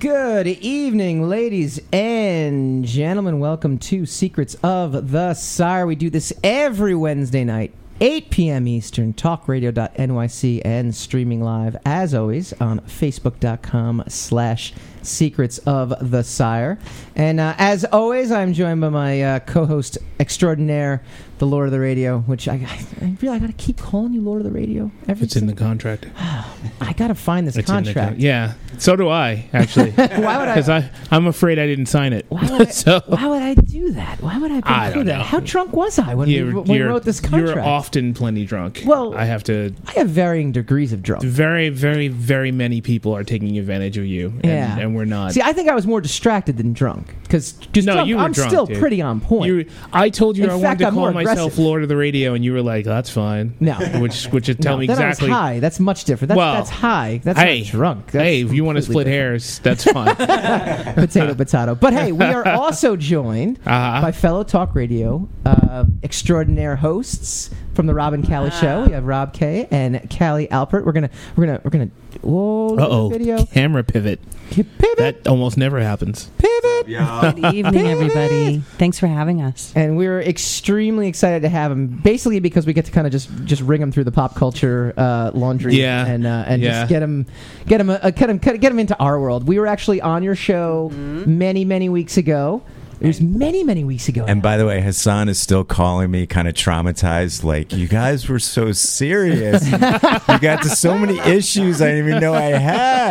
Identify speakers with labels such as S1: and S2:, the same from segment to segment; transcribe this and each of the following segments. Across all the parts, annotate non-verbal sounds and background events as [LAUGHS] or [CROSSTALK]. S1: Good evening, ladies and gentlemen. Welcome to Secrets of the SAR. We do this every Wednesday night, 8 p.m. Eastern, talkradio.nyc, and streaming live, as always, on facebook.com slash secrets of the sire. And uh, as always, I'm joined by my uh, co-host extraordinaire, the Lord of the Radio, which I, I, I really, I got to keep calling you Lord of the Radio. Every
S2: It's in the contract.
S1: I got to find this
S2: It's in the
S1: contract.
S2: con- yeah. So do I,
S1: [LAUGHS]
S2: actually.
S1: Why would I
S2: Because I, I'm afraid I didn't sign it.
S1: Why would I-
S2: [LAUGHS] so
S1: Why would I do that? Why would I have been
S2: I
S1: through
S2: don't
S1: that?
S2: know.
S1: How drunk was I when, we,
S2: you're,
S1: when we
S2: you're-
S1: wrote this
S2: you're
S1: contract?
S2: often plenty drunk.
S1: Well-
S2: I have to.
S1: I have varying degrees of drunk.
S2: Very, very, very many people are taking advantage of you. And,
S1: Yeah.
S2: and we're not.
S1: See, I think I was more distracted than drunk because
S2: No, you were
S1: I'm
S2: drunk,
S1: still
S2: dude.
S1: pretty on point.
S2: you, I told you
S1: In
S2: I
S1: fact,
S2: wanted to
S1: I'm more
S2: call
S1: aggressive.
S2: myself Lord of the Radio, and you were like, "That's fine."
S1: No.
S2: which which would tell
S1: No,
S2: me
S1: then
S2: exactly.
S1: I was high. That's much different. That's,
S2: Well,
S1: that's high. That's
S2: hey,
S1: not drunk. That's
S2: hey, if you want to
S1: completely
S2: split hairs, that's
S1: [LAUGHS]
S2: fine. uh-huh.
S1: potato potato. But hey, we
S2: [LAUGHS]
S1: are also joined
S2: Uh-huh.
S1: by fellow talk radio uh, extraordinaire hosts from the Robin Callie Show. We have Rob Kay and Callie Alpert. We're gonna we're gonna we're gonna whoa look at
S2: Uh
S1: the
S2: oh,
S1: video
S2: camera pivot.
S1: pivot
S2: That almost never happens.
S1: pivot.
S3: Good evening, everybody. Thanks for having us.
S1: And we're extremely excited to have him, basically because we get to kind of just just ring him through the pop culture uh, laundry,
S2: Yeah.
S1: and uh, and
S2: Yeah.
S1: just get him get him uh, get him get him into our world. We were actually on your show many many weeks ago. It was many many weeks ago.
S4: And by the way, Hassan is still calling me kind of traumatized. Like, you guys were so serious. you got to so many issues I didn't even know I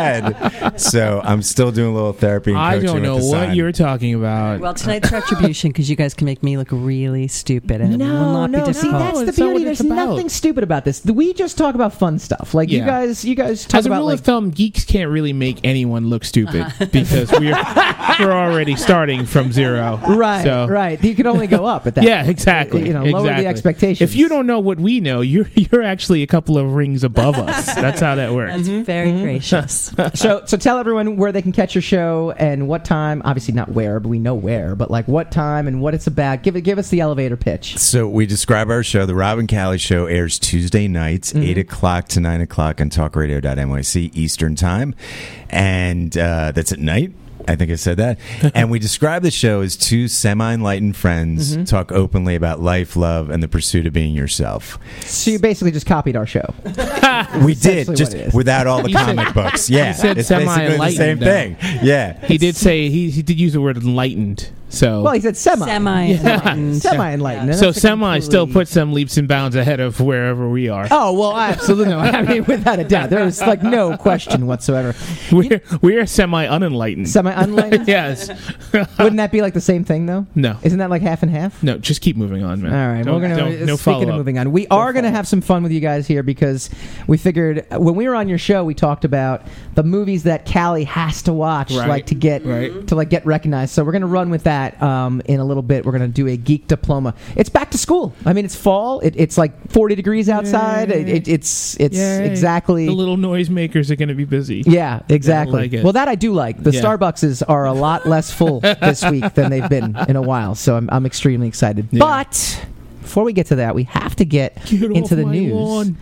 S4: had. So I'm still doing a little therapy and
S2: I
S4: coaching
S2: don't
S4: with
S2: know what
S4: Hassan.
S2: you're talking about.
S3: Well, tonight's retribution because you guys can make me look really stupid and it will not
S1: no,
S3: be
S1: see
S3: difficult.
S1: that's the
S2: It's not
S1: beauty.
S2: what
S1: There's
S2: it's about.
S1: nothing stupid about this. We just talk about fun stuff. Like you
S2: Yeah.
S1: guys, you guys talk
S2: As a
S1: about
S2: rule
S1: like Uh-huh.
S2: of thumb, geeks can't really make anyone look stupid
S1: [LAUGHS]
S2: because we're we're already starting from zero.
S1: right,
S2: So-
S1: right. You can only go up at that.
S2: [LAUGHS] Yeah, exactly.
S1: You know, lower
S2: exactly.
S1: the expectations.
S2: If you don't know what we know, you're you're actually a couple of rings above
S1: [LAUGHS]
S2: us. That's how that works.
S3: That's very
S2: mm-hmm. [LAUGHS]
S3: gracious.
S1: so so tell everyone where they can catch your show and what time obviously not where but we know where but like what time and what it's about give it give us the elevator pitch
S4: So we describe our show. The Robin Callie Show airs Tuesday nights,
S2: Mm-hmm.
S4: eight o'clock to nine o'clock on TalkRadio.nyc Eastern Time, and uh, that's at night. I think I said
S2: [LAUGHS]
S4: that. and we describe the show as two semi-enlightened friends
S2: Mm-hmm.
S4: talk openly about life, love, and the pursuit of being yourself.
S1: so you basically just copied our show
S4: We
S1: essentially
S4: did
S1: what
S4: just
S1: it is.
S4: without all the
S2: [LAUGHS] He said-
S4: comic books. Yeah,
S2: said
S4: it's basically the same
S2: semi-enlightened,
S4: thing. Yeah.
S2: He did say he, he did use the word enlightened. So
S1: well he said semi
S3: Semi enlightened.
S1: semi enlightened
S2: so semi still puts some leaps and bounds ahead of wherever we are.
S1: oh well absolutely no [LAUGHS] i mean without a doubt there's like no question whatsoever
S2: [LAUGHS] we're we're semi unenlightened.
S1: semi
S2: [LAUGHS]
S1: unenlightened
S2: yes.
S1: wouldn't that be like the same thing though
S2: No.
S1: isn't that like half and half
S2: No, just keep moving on, man.
S1: All right,
S2: Don't-
S1: we're gonna
S2: don't- no
S1: speaking
S2: follow
S1: of
S2: up.
S1: moving on. We are gonna have some fun with you guys here because we figured uh, when we were on your show, we talked about the movies that Callie has to watch,
S2: Right.
S1: like to get
S2: Right.
S1: to like get recognized. So we're gonna run with that um, in a little bit. We're gonna do a geek diploma. It's back to school. I mean, it's fall. It, it's like forty degrees outside. It, it, it's it's
S2: Yay.
S1: exactly
S2: The little noisemakers are going to be busy.
S1: yeah, exactly.
S2: like it.
S1: well, that I do like. The
S2: Yeah.
S1: Starbuckses are a lot less
S2: [LAUGHS]
S1: full this week than they've been in a while, so I'm, I'm extremely excited.
S2: Yeah.
S1: But before we get to that, we have to get,
S2: Get off
S1: into the
S2: my
S1: news. [LAUGHS]
S2: lawn.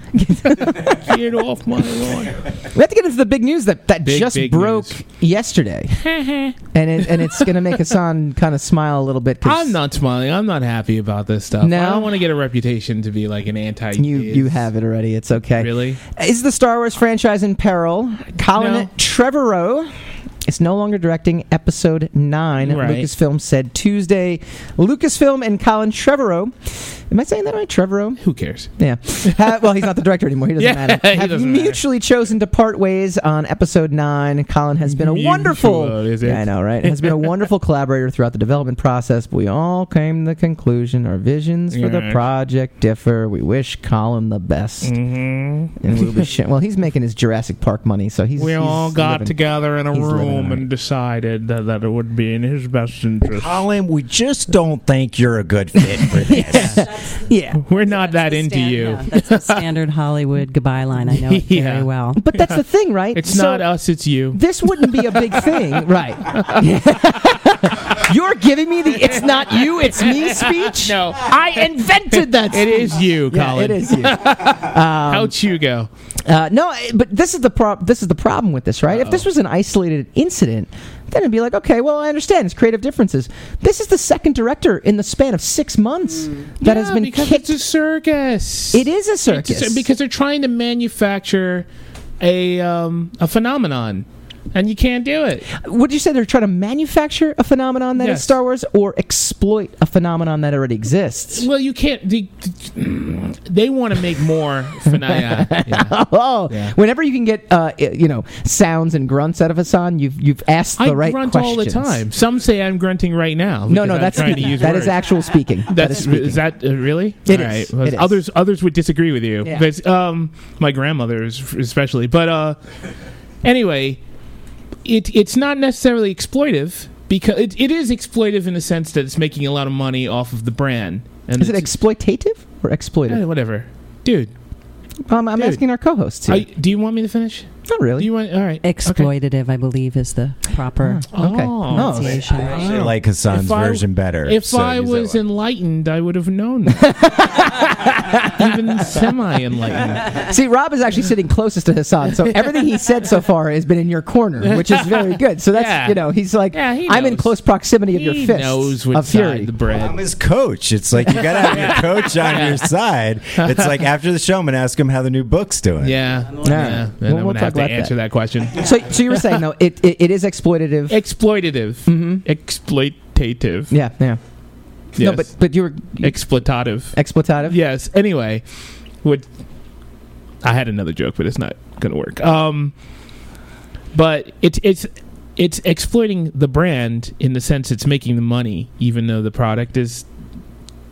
S2: Get off my lawn.
S1: We have to get into the big news that, that
S2: Big,
S1: just
S2: big
S1: broke
S2: news. [LAUGHS]
S1: yesterday, and it, and it's going to make Hassan kind of smile a little bit. 'cause
S2: I'm not smiling. I'm not happy about this stuff.
S1: No?
S2: I don't want to get a reputation to be like an anti.
S1: You you have it already. It's okay.
S2: Really?
S1: Is the Star Wars franchise in peril? Colin
S2: No.
S1: Trevorrow is no longer directing episode 9,
S2: Right.
S1: Lucasfilm said Tuesday. Lucasfilm and Colin Trevorrow. Am I saying that right? Trevorrow?
S2: Who cares? [LAUGHS]
S1: Yeah. Ha- well, he's not the director anymore. He doesn't
S2: Yeah,
S1: matter.
S2: he
S1: Have
S2: doesn't matter.
S1: mutually chosen to part ways on episode nine. Colin has been a
S2: Mutual,
S1: wonderful.
S2: is it?
S1: Yeah, I know, right? Has been a
S2: [LAUGHS]
S1: wonderful collaborator throughout the development process. But we all came to the conclusion our visions for the
S2: Yes.
S1: project differ. We wish Colin the best. And we'll
S2: [LAUGHS]
S1: be sh- well, he's making his Jurassic Park money, so Mm-hmm. he's.
S2: We
S1: he's
S2: all got
S1: living-
S2: together in a
S1: he's living
S2: room
S1: alright.
S2: and decided that, that it would be in his best interest.
S4: Colin, we just don't think you're a good fit for
S2: [LAUGHS]
S4: this.
S1: [LAUGHS] Yeah.
S2: We're not that
S3: That's
S2: into
S3: the
S2: you.
S3: yeah, that's the standard Hollywood goodbye line. I know
S2: [LAUGHS]
S3: it
S2: Yeah.
S3: very well.
S1: [LAUGHS] But that's the thing, right?
S2: It's
S1: So
S2: not us. It's you. [LAUGHS]
S1: This wouldn't be a big thing, right? [LAUGHS] You're giving me the "it's not you, it's me" speech.
S2: No.
S1: I invented that.
S2: It is you,
S1: Yeah,
S2: Colin.
S1: it is
S2: [LAUGHS]
S1: um, you.
S2: Out you go.
S1: Uh, no, I- but this is the prob- This is the problem with this, right? If this was an isolated incident, then it'd be like, okay, well, I understand it's creative differences. This is the second director in the span of six months that has
S2: Mm. Yeah,
S1: been
S2: because
S1: kicked.
S2: it's a circus.
S1: It is a
S2: It's a-
S1: circus
S2: because they're trying to manufacture a um, a phenomenon, and you can't do it.
S1: would you say they're trying to manufacture a phenomenon that is
S2: Yes.
S1: Star Wars, or exploit a phenomenon that already
S2: [LAUGHS]
S1: exists?
S2: Well, you can't. They, they want to make more phenomenon.
S1: [LAUGHS]
S2: Yeah.
S1: Oh,
S2: Yeah.
S1: whenever you can get uh, i- you know sounds and grunts out of a song, you've you've asked the
S2: I
S1: right
S2: grunt
S1: questions.
S2: all the time. Some say I'm grunting right
S1: No,
S2: now.
S1: no,
S2: because I'm
S1: that's
S2: trying to
S1: speaking.
S2: use
S1: That
S2: words.
S1: is actual speaking. that is
S2: [LAUGHS] That's
S1: speaking.
S2: is that uh, really?
S1: It
S2: All
S1: is.
S2: right.
S1: It is.
S2: Others others would disagree with you.
S1: Yeah.
S2: Because, um, my grandmother is- especially. But uh, anyway, it it's not necessarily exploitive because it, it is exploitive in the sense that it's making a lot of money off of the brand. And
S1: Is it
S2: it's-
S1: exploitative or
S2: eh,
S1: exploited?
S2: whatever, dude?
S1: Um, I'm
S2: dude.
S1: asking our co-hosts here.
S2: I, do you want me to finish?
S1: Not
S2: Do
S1: really.
S2: you want? All right. okay.
S3: Exploitative, I believe, is the proper
S1: okay.
S2: Oh.
S1: No.
S3: pronunciation.
S4: I actually like Hassan's
S2: If I-
S4: version better.
S2: If
S4: so
S2: I
S4: use that
S2: was
S4: one.
S2: enlightened, I would
S4: [LAUGHS]
S2: have known. that. Even semi-enlightened.
S1: See, Rob is actually sitting closest to Hassan, so everything he said so far has been in your corner, which is
S2: [LAUGHS]
S1: very good. So that's
S2: Yeah.
S1: you know he's like,
S2: Yeah, he
S1: I'm in
S2: knows.
S1: close proximity of your
S2: He
S1: fist
S2: knows
S1: of
S2: what's
S1: fury.
S2: the bread.
S4: I'm his coach. It's like you gotta have your coach on
S2: [LAUGHS]
S4: your side. It's like after the show, I'm gonna ask him how the new book's doing.
S2: Yeah. Yeah. And
S1: We'll-
S2: I'm
S1: we'll
S2: going to
S1: talk
S2: have to
S1: about
S2: answer
S1: [LAUGHS]
S2: that, question.
S1: so, so you were saying though, it, it, it is exploitative. Mm-hmm.
S2: Exploitative. Exploitative.
S1: yeah, yeah.
S2: Yes.
S1: No, but but you were
S2: Exploitative.
S1: exploitative.
S2: Yes. Anyway, would I had another joke, but it's not going to work. Um, but it's it's it's exploiting the brand in the sense it's making the money, even though the product is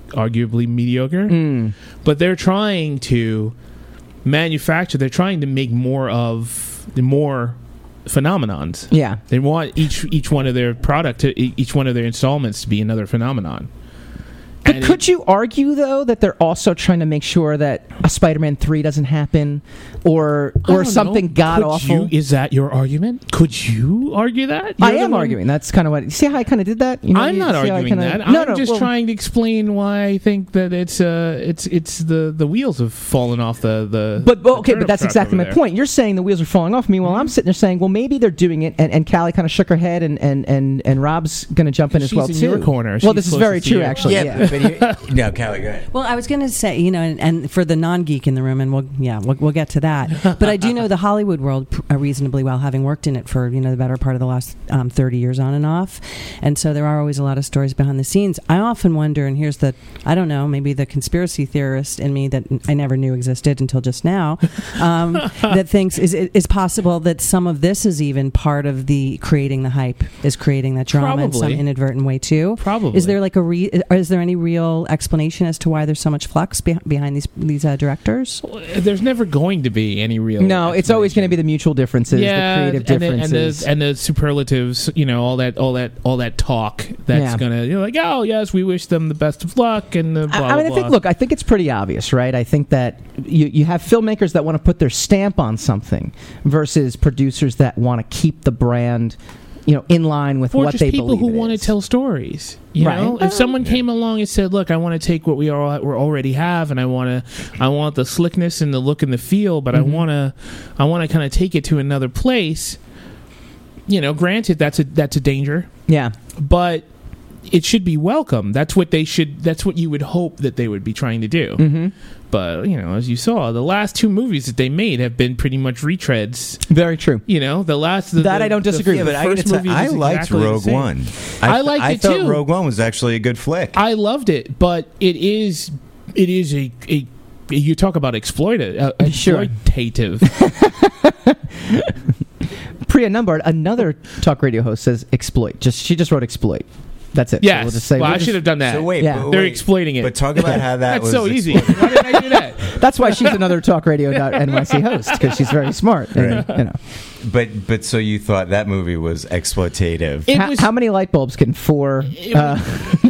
S2: arguably mediocre.
S1: Mm.
S2: but they're trying to manufacture they're trying to make more of the more phenomenons
S1: Yeah.
S2: they want each each one of their product to, e- each one of their installments to be another phenomenon
S1: But
S2: And
S1: could you argue though that they're also trying to make sure that a Spider-Man three doesn't happen, or
S2: I
S1: or
S2: don't
S1: something
S2: know.
S1: god
S2: Could
S1: awful?
S2: you- is that your argument could you argue
S1: I
S2: that You're the
S1: am
S2: one-
S1: arguing. That's kind of what. See how I kind of did that? You know,
S2: I'm
S1: you
S2: not
S1: see how I
S2: arguing
S1: kinda-
S2: that. I'm just
S1: well,
S2: trying to explain why I think that it's uh it's it's the the wheels have fallen off the the.
S1: But, but
S2: the
S1: okay, but
S2: turnip
S1: that's
S2: truck
S1: exactly
S2: over
S1: my
S2: there. Mm-hmm.
S1: point. You're saying the wheels are falling off me. Well, I'm sitting there saying, well, maybe they're doing it. And, and Callie kind of shook her head, and, and, and, and Rob's going to jump in as
S2: She's
S1: well
S2: in
S1: too.
S2: your corner.
S1: Well,
S2: She's
S1: this is
S2: closest
S1: very
S2: to
S1: true,
S2: you.
S1: actually. Yeah.
S4: but you, [LAUGHS] no, Callie, go ahead.
S3: Well, I was going to say, you know, and, and for the non-geek in the room, and we'll yeah, we'll, we'll get to that. But I do know the Hollywood world pr- uh, reasonably well, having worked in it for you know the better part of the last um, thirty years on and off, and so there are always a lot of stories behind the scenes. I often wonder, and here's the I don't know, maybe the conspiracy theorist in me that I never knew existed until just now, um, that thinks is it is possible that some of this is even part of the creating the hype is creating that drama in some
S2: Probably.
S3: inadvertent way too.
S2: Probably.
S3: Is there like a re- is there any real explanation as to why there's so much flux be- behind these these uh, directors?
S2: Well, There's never going to be any real.
S1: No, it's always going to be the mutual differences, the creative
S2: and the- and the-
S1: differences.
S2: and the, superlatives. You know, all that, all that, all that talk. That's
S1: Yeah.
S2: gonna you know, like, oh yes, we wish them the best of luck and the. Blah,
S1: I, I mean,
S2: blah,
S1: I think.
S2: blah.
S1: Look, I think it's pretty obvious, right? I think that you you have filmmakers that want to put their stamp on something versus producers that want to keep the brand, you know, in line with
S2: Or
S1: what
S2: just
S1: they
S2: people
S1: believe
S2: who
S1: it
S2: want to
S1: is.
S2: tell stories. You
S1: Right.
S2: know, if someone came along and said, "Look, I want to take what we all we already have, and I want to, I want the slickness and the look and the feel, but
S1: Mm-hmm.
S2: I want to, I want to kind of take it to another place." You know, granted, that's a that's a danger.
S1: Yeah,
S2: but it should be welcome. That's what they should. That's what you would hope that they would be trying to do.
S1: mm-hmm.
S2: But you know, as you saw, the last two movies that they made have been pretty much retreads.
S1: very true.
S2: You know, the last the,
S1: That
S2: the-
S1: I don't
S2: the-
S1: disagree
S2: the
S1: with.
S4: I,
S2: first movie was
S4: liked
S2: exactly the
S4: Rogue
S2: same.
S4: One.
S2: I liked
S4: I
S2: it
S4: thought
S2: too.
S4: Rogue One was actually a good flick.
S2: I loved it, but it is it is a, a you talk about exploited uh,
S1: [LAUGHS] Sure. [LAUGHS]
S2: exploitative.
S1: Priya Numbard, another talk radio host, says exploit. Just she just wrote exploit. That's it.
S2: yes,
S1: So we'll just say
S2: well,
S1: we'll
S2: I
S1: just-
S2: should have done that.
S4: so wait,
S1: Yeah.
S4: but
S2: They're
S4: wait,
S2: explaining it.
S4: But talk about how that
S2: that's
S4: was
S2: so easy.
S4: exploited.
S2: Why did I do that?
S1: That's why she's another talkradio.nyc host because she's very smart. and, you know.
S4: But but so you thought that movie was exploitative?
S2: It
S1: how,
S2: was
S1: how many light bulbs can four
S2: It
S1: uh,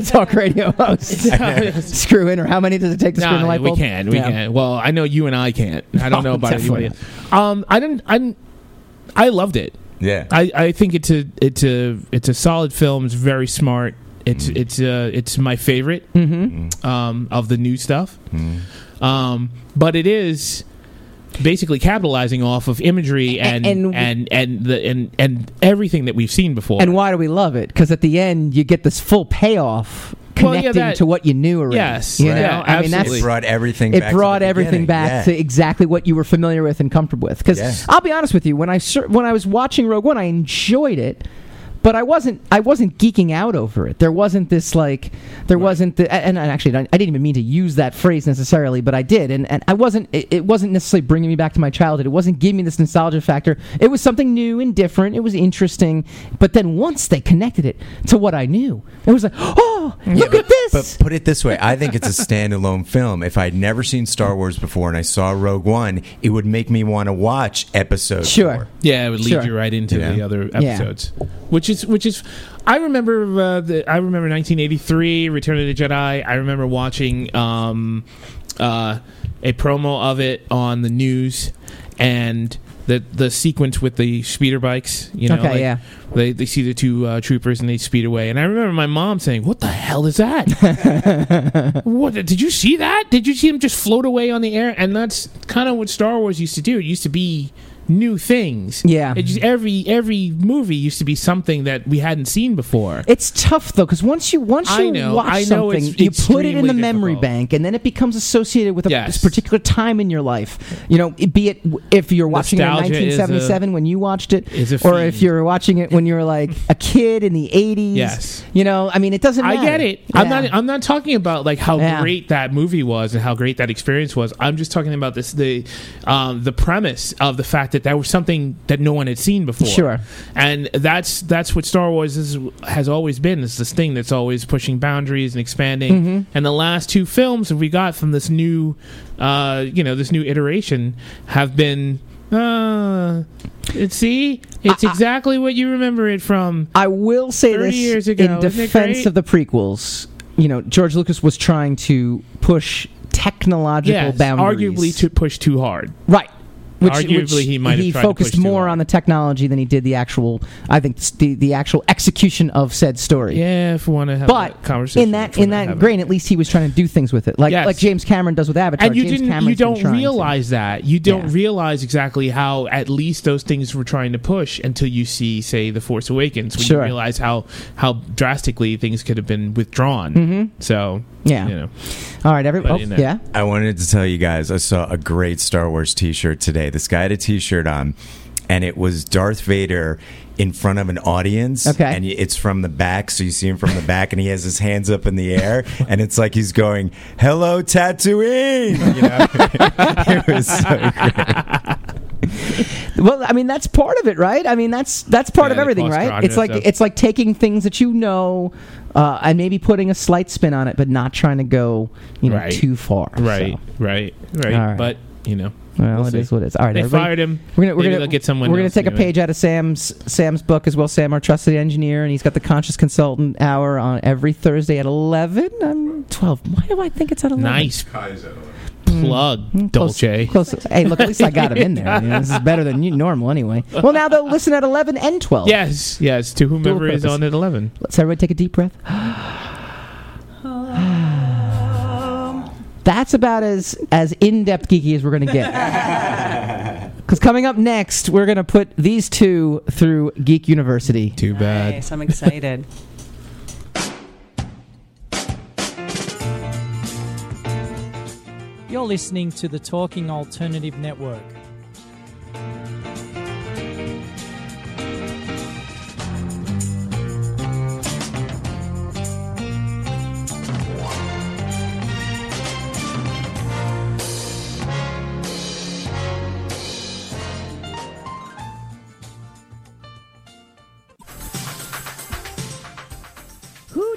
S1: [LAUGHS] talk radio
S2: [LAUGHS]
S1: hosts
S4: [LAUGHS]
S1: screw in, or how [LAUGHS] many does it take to screw in a light
S2: we
S1: bulb?
S2: can, we
S1: Yeah.
S2: can. Well, [LAUGHS] I know you and I can't. I don't
S1: No,
S2: know about anybody.
S1: definitely
S2: Else. Um, I didn't. I didn't, I loved it.
S4: Yeah.
S2: I, I think it's a it's a it's a solid film. It's very smart. It's
S4: Mm.
S2: it's uh it's my favorite
S1: Mm-hmm.
S4: Mm,
S2: um, of the new stuff.
S4: mm.
S2: Um, but it is basically capitalizing off of imagery and
S1: And-
S2: and and the and and everything that we've seen before.
S1: And why do we love it? Because at the end, you get this full payoff
S2: Well, yeah,
S1: connecting
S2: that-
S1: to what you knew already.
S2: Yes,
S1: you
S2: right.
S1: know?
S2: Yeah,
S1: I mean that's
S4: It brought everything. back
S1: it
S4: to
S1: brought
S4: the
S1: everything
S4: beginning.
S1: back
S4: Yeah.
S1: to exactly what you were familiar with and comfortable with. Because
S4: Yeah.
S1: I'll be honest with you, when I ser- when I was watching Rogue One, I enjoyed it, but I wasn't I wasn't geeking out over it. There wasn't this like there wasn't the, and, and actually I didn't even mean to use that phrase necessarily, but I did, and, and I wasn't it, it wasn't necessarily bringing me back to my childhood. It wasn't giving me this nostalgia factor. It was something new and different. It was interesting, but then once they connected it to what I knew, it was like oh look at this.
S4: But put it this way, I think it's a standalone film. If I'd never seen Star Wars before and I saw Rogue One, it would make me want to watch episode
S1: Sure.
S4: four.
S2: Yeah, it would lead
S1: Sure.
S2: you right into
S4: Yeah.
S2: the other
S1: Yeah.
S2: episodes, which is which is. I remember uh, the, I remember 1983, Return of the Jedi. I remember watching um, uh, a promo of it on the news, and the the sequence with the speeder bikes. You know,
S1: okay,
S2: like,
S1: yeah.
S2: they they see the two uh, troopers and they speed away. And I remember my mom saying, "What the hell is that?
S1: [LAUGHS]
S2: what did you see that? Did you see them just float away on the air?" And that's kind of what Star Wars used to do. It used to be new things.
S1: Yeah.
S2: It just, every every movie used to be something that we hadn't seen before.
S1: It's tough though, because once you once
S2: I
S1: you
S2: know,
S1: watch
S2: I know
S1: something,
S2: it's
S1: you put it in
S2: extremely
S1: the memory
S2: difficult.
S1: bank, and then it becomes associated with a
S2: Yes.
S1: this particular time in your life. You know, it- be it w- if you're watching
S2: Nostalgia
S1: it in
S2: is
S1: 1977 when you watched it,
S2: Is a
S1: or if
S2: fiend.
S1: you're watching it when you're like a kid in the 80s.
S2: Yes.
S1: You know, I mean, it doesn't.
S2: I
S1: Matter.
S2: get it. I'm
S1: Yeah.
S2: not. I'm not talking about like how
S1: Yeah.
S2: great that movie was and how great that experience was. I'm just talking about this the um, the premise of the fact that that was something that no one had seen before.
S1: Sure.
S2: and that's that's what Star Wars is, has always been. It's this thing that's always pushing boundaries and expanding.
S1: Mm-hmm.
S2: And the last two films that we got from this new, uh, you know, this new iteration have been. Uh, it, see, it's exactly what you remember it from.
S1: I will say
S2: 30
S1: this
S2: years ago,
S1: in
S2: isn't it
S1: defense
S2: great?
S1: of the prequels. You know, George Lucas was trying to push technological
S2: Yes,
S1: boundaries,
S2: arguably to push too hard.
S1: Right.
S2: Arguably, he might have
S1: he
S2: tried to
S1: focused
S2: push too
S1: more
S2: hard.
S1: on the technology than he did the actual. I think s- the the actual execution of said story.
S2: Yeah, if we want to have
S1: But
S2: that
S1: In
S2: conversation. if
S1: that
S2: we
S1: in
S2: wanna have
S1: that
S2: it.
S1: grain, at least he was trying to do things with it, like
S2: Yes.
S1: like James Cameron does with Avatar.
S2: and you
S1: James
S2: didn't, you
S1: Cameron's been
S2: don't
S1: trying to.
S2: realize that you don't
S1: Yeah.
S2: realize exactly how at least those things were trying to push until you see, say, The Force Awakens, when
S1: Sure.
S2: you realize how how drastically things could have been withdrawn. So
S1: Mm-hmm. Yeah.
S2: you know,
S1: All right, every
S2: But
S1: oh,
S2: in that-
S1: yeah.
S4: I wanted to tell you guys, I saw a great Star Wars t shirt today. This guy had a t shirt on, and it was Darth Vader in front of an audience.
S1: Okay.
S4: And it's from the back, so you see him from the back, and he has his hands up in the
S1: [LAUGHS]
S4: air, and it's like he's going, Hello, Tatooine! You know? [LAUGHS] it was so great.
S1: Well, I mean that's part of it, right? I mean that's that's part
S2: Yeah,
S1: of
S2: the
S1: everything, right?
S2: claustro-
S1: It's like
S2: stuff.
S1: it's like taking things that you know uh, and maybe putting a slight spin on it, but not trying to go you know
S2: Right.
S1: too far.
S2: right, right, right,
S1: All right.
S2: But you know,
S1: So, well,
S2: We'll
S1: it
S2: see.
S1: is what it is. All right,
S2: they
S1: everybody.
S2: fired him.
S1: We're gonna we're
S2: Maybe
S1: gonna
S2: they'll get someone
S1: We're gonna
S2: else
S1: take a
S2: anyway.
S1: page out of Sam's Sam's book as well. Sam, our trusted engineer, and he's got the Conscious Consultant Hour on every Thursday at eleven. I'm twelve. Why do I think it's at eleven?
S2: Nice
S1: Mm.
S2: plug,
S1: Mm, close-
S2: Dolce.
S1: Close. Hey, look, at least I got him in there. You know, this is better than you, normal anyway. Well, now they'll listen at eleven and twelve.
S2: Yes, yes. To whomever is
S1: purpose.
S2: on at eleven.
S1: Let's everybody take a deep breath. That's about as as in depth geeky as we're going to get. Because coming up next, we're going to put these two through Geek University.
S2: Too bad.
S3: Nice. I'm excited.
S5: You're listening to the Talking Alternative Network.
S6: Who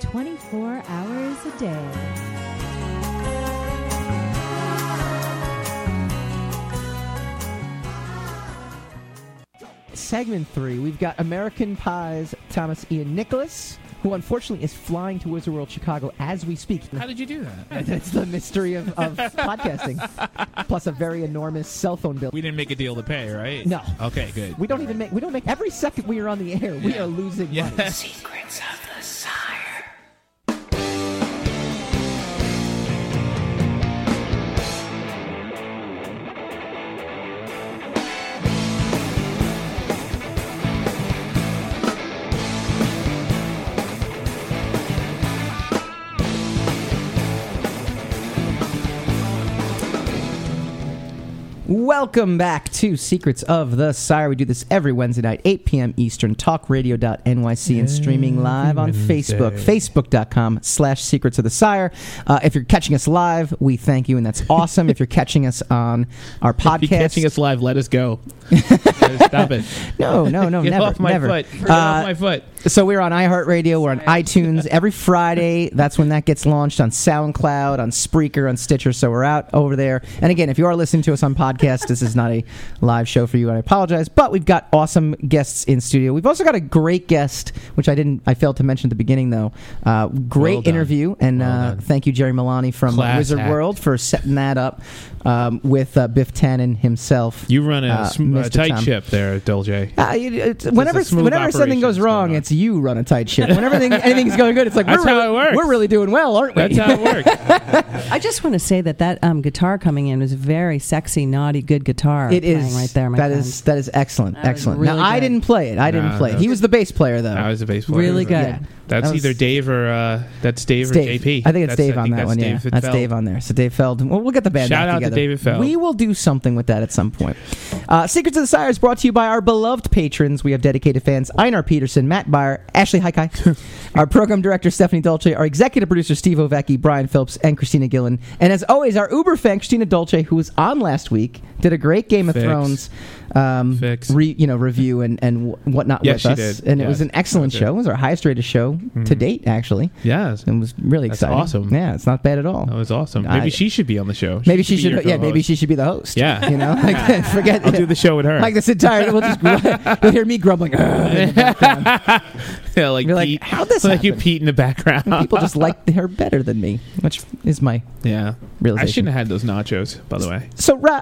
S7: 24 hours a day.
S1: Segment three, we've got American Pie's Thomas Ian Nicholas, who unfortunately is flying to Wizard World Chicago as we speak.
S2: How did you do that?
S1: [LAUGHS] That's the mystery of, of podcasting. Plus a very enormous cell phone bill.
S2: We didn't make a deal to pay, right?
S1: No.
S2: Okay, good.
S1: We don't even make. We don't make. Every second we are on the air, we are losing
S2: Yeah.
S1: money. Welcome back to Secrets of the Sire. We do this every Wednesday night, 8 p.m. Eastern, talkradio.nyc, and streaming live on Facebook, facebook.com slash secrets of the sire. Uh, if you're catching us live, we thank you, and that's awesome. if you're catching us on our podcast.
S2: [LAUGHS] If you're catching us live, let
S1: [LAUGHS]
S2: us go. Stop it.
S1: No, no, no,
S2: [LAUGHS] Get
S1: never,
S2: off my
S1: never.
S2: foot. Get
S1: Uh,
S2: off my foot.
S1: So we're on iHeartRadio, we're on iTunes every Friday. That's when that gets launched on SoundCloud, on Spreaker, on Stitcher. So we're out over there. And again, if you are listening to us on podcast, this is not a live show for you, and I apologize. But we've got awesome guests in studio. We've also got a great guest, which I didn't, I failed to mention at the beginning though. Uh, great
S2: Well done.
S1: interview, and
S2: Well
S1: uh,
S2: done.
S1: thank you, Jerry Milani from
S2: Class
S1: Wizard
S2: act.
S1: World, for setting that up um, with uh, Biff Tannen himself.
S2: You run a,
S1: Uh,
S2: sm- a
S1: Mr.
S2: tight
S1: Tom.
S2: ship there, Dolce.
S1: Uh, it, it's, whenever
S2: a smooth
S1: whenever something
S2: operation
S1: goes
S2: that's going
S1: wrong,
S2: on.
S1: it's you run a tight ship. Whenever anything, anything's going good, it's like
S2: That's
S1: we're,
S2: how
S1: really,
S2: it works.
S1: we're really doing well, aren't we?
S2: That's how it works.
S1: [LAUGHS]
S3: [LAUGHS] I just want to say that that um, guitar coming in was very sexy, naughty, good guitar.
S1: it is
S3: playing right there. My
S1: that
S3: friend.
S1: is- that is excellent,
S3: That was
S1: excellent. now
S3: really
S1: I
S3: good.
S1: didn't play it. I didn't
S2: No,
S1: play. it.
S2: no.
S1: He was the bass player though.
S2: I was a bass player.
S3: really good.
S1: Yeah.
S2: That's
S1: That was-
S2: either Dave or uh, that's Dave
S1: It's
S2: or
S1: Dave.
S2: JP.
S1: I think it's
S2: That's-
S1: Dave on
S2: think
S1: that
S2: that's
S1: one. Yeah,
S2: Dave
S1: that's
S2: Feld.
S1: Dave on there. So Dave Feld. Well, we'll get the band
S2: Shout
S1: back
S2: out to
S1: together.
S2: David Feld.
S1: We will do something with that at some point. Uh, Secrets of the Sire is brought to you by our beloved patrons. We have dedicated fans: Einar Peterson, Matt Byer, Ashley
S2: [LAUGHS]
S1: Heikai, our program director Stephanie Dolce, our executive producer Steve Ovecki, Brian Phillips, and Christina Gillen. And as always, our Uber fan Christina Dolce, who was on last week, did a great Game of
S2: Fix.
S1: Thrones, um,
S2: Fix.
S1: re, you know, review and and wh- whatnot
S2: Yes,
S1: with
S2: she
S1: us.
S2: did.
S1: And it
S2: Yeah.
S1: was an excellent
S2: That was it. Mm-hmm.
S1: show. It was our highest rated show to date, actually
S2: Yeah,
S1: and it was really
S2: That's
S1: exciting.
S2: awesome.
S1: Yeah, it's not bad at all.
S2: that was awesome.
S1: I-
S2: Maybe she should be on the show.
S1: maybe she
S2: be
S1: should.
S2: your
S1: Yeah, maybe
S2: co-host.
S1: she should be the host.
S2: Yeah.
S1: you know,
S2: [LAUGHS]
S1: like [LAUGHS] forget.
S2: I'll do the show with her.
S1: like this entire. We'll [LAUGHS] just
S2: [LAUGHS]
S1: gr- you'll hear me grumbling. [LAUGHS] "Ugh."
S2: yeah, [LAUGHS] like
S1: You're like,
S2: Pete.
S1: how'd this
S2: like you
S1: happen?"
S2: Pete in the
S1: [LAUGHS]
S2: background.
S1: People just like her better than me, which is my
S2: yeah, I
S1: realization.
S2: shouldn't have had those nachos. By the way,
S1: So, Ra,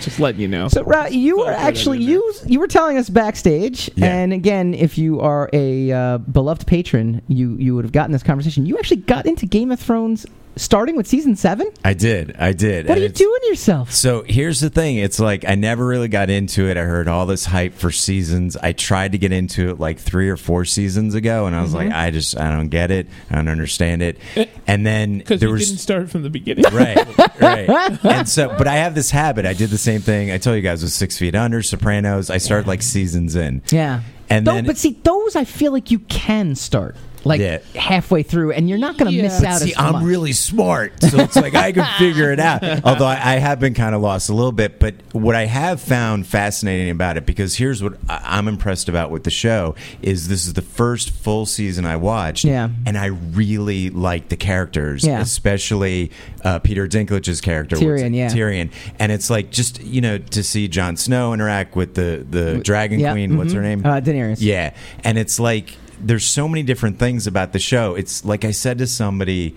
S2: just letting you know.
S1: so
S2: [LAUGHS]
S1: Ra, you were
S2: Thought that
S1: actually
S2: in
S1: you you were telling us backstage,
S4: Yeah.
S1: and again, if you are a uh, beloved patron, you you would have gotten this conversation. You actually got into Game of Thrones starting with season seven.
S4: I did. I did.
S1: What
S4: And
S1: are you
S4: it's-
S1: doing to yourself?
S4: So here's the thing. It's like I never really got into it. I heard all this hype for seasons. I tried to get into it like three or four seasons ago, and I was
S2: Mm-hmm.
S4: like, I just I don't get it. I don't understand it. And then
S2: because
S4: there
S2: Eh, you
S4: was
S2: didn't start from the beginning.
S4: [LAUGHS] right,
S2: [LAUGHS]
S4: right. And so, but I have this habit. I did the same thing. I told you guys with Six Feet Under, Sopranos. I start like seasons in.
S1: Yeah.
S4: And
S1: Tho-
S4: then-
S1: but see, those I feel like you can start like
S4: Yeah.
S1: halfway through, and you're not going to
S2: Yeah.
S1: miss
S2: But
S1: out.
S4: See,
S1: as
S4: I'm
S1: much.
S4: really smart, so it's like I can figure it
S1: [LAUGHS]
S4: out. Although I, I have been kind of lost a little bit, but what I have found fascinating about it, because here's what I- I'm impressed about with the show, is this is the first full season I watched,
S1: Yeah.
S4: and I really like the characters,
S1: Yeah.
S4: especially uh, Peter Dinklage's character, what's
S1: Tyrion,
S4: it?
S1: yeah.
S4: Tyrion, and it's like just you know to see Jon Snow interact with the the Dragon
S1: yeah,
S4: Queen, what's her
S1: mhm.
S4: name,
S1: Uh, Daenerys.
S4: yeah. And it's like there's so many different things about the show. It's like I said to somebody,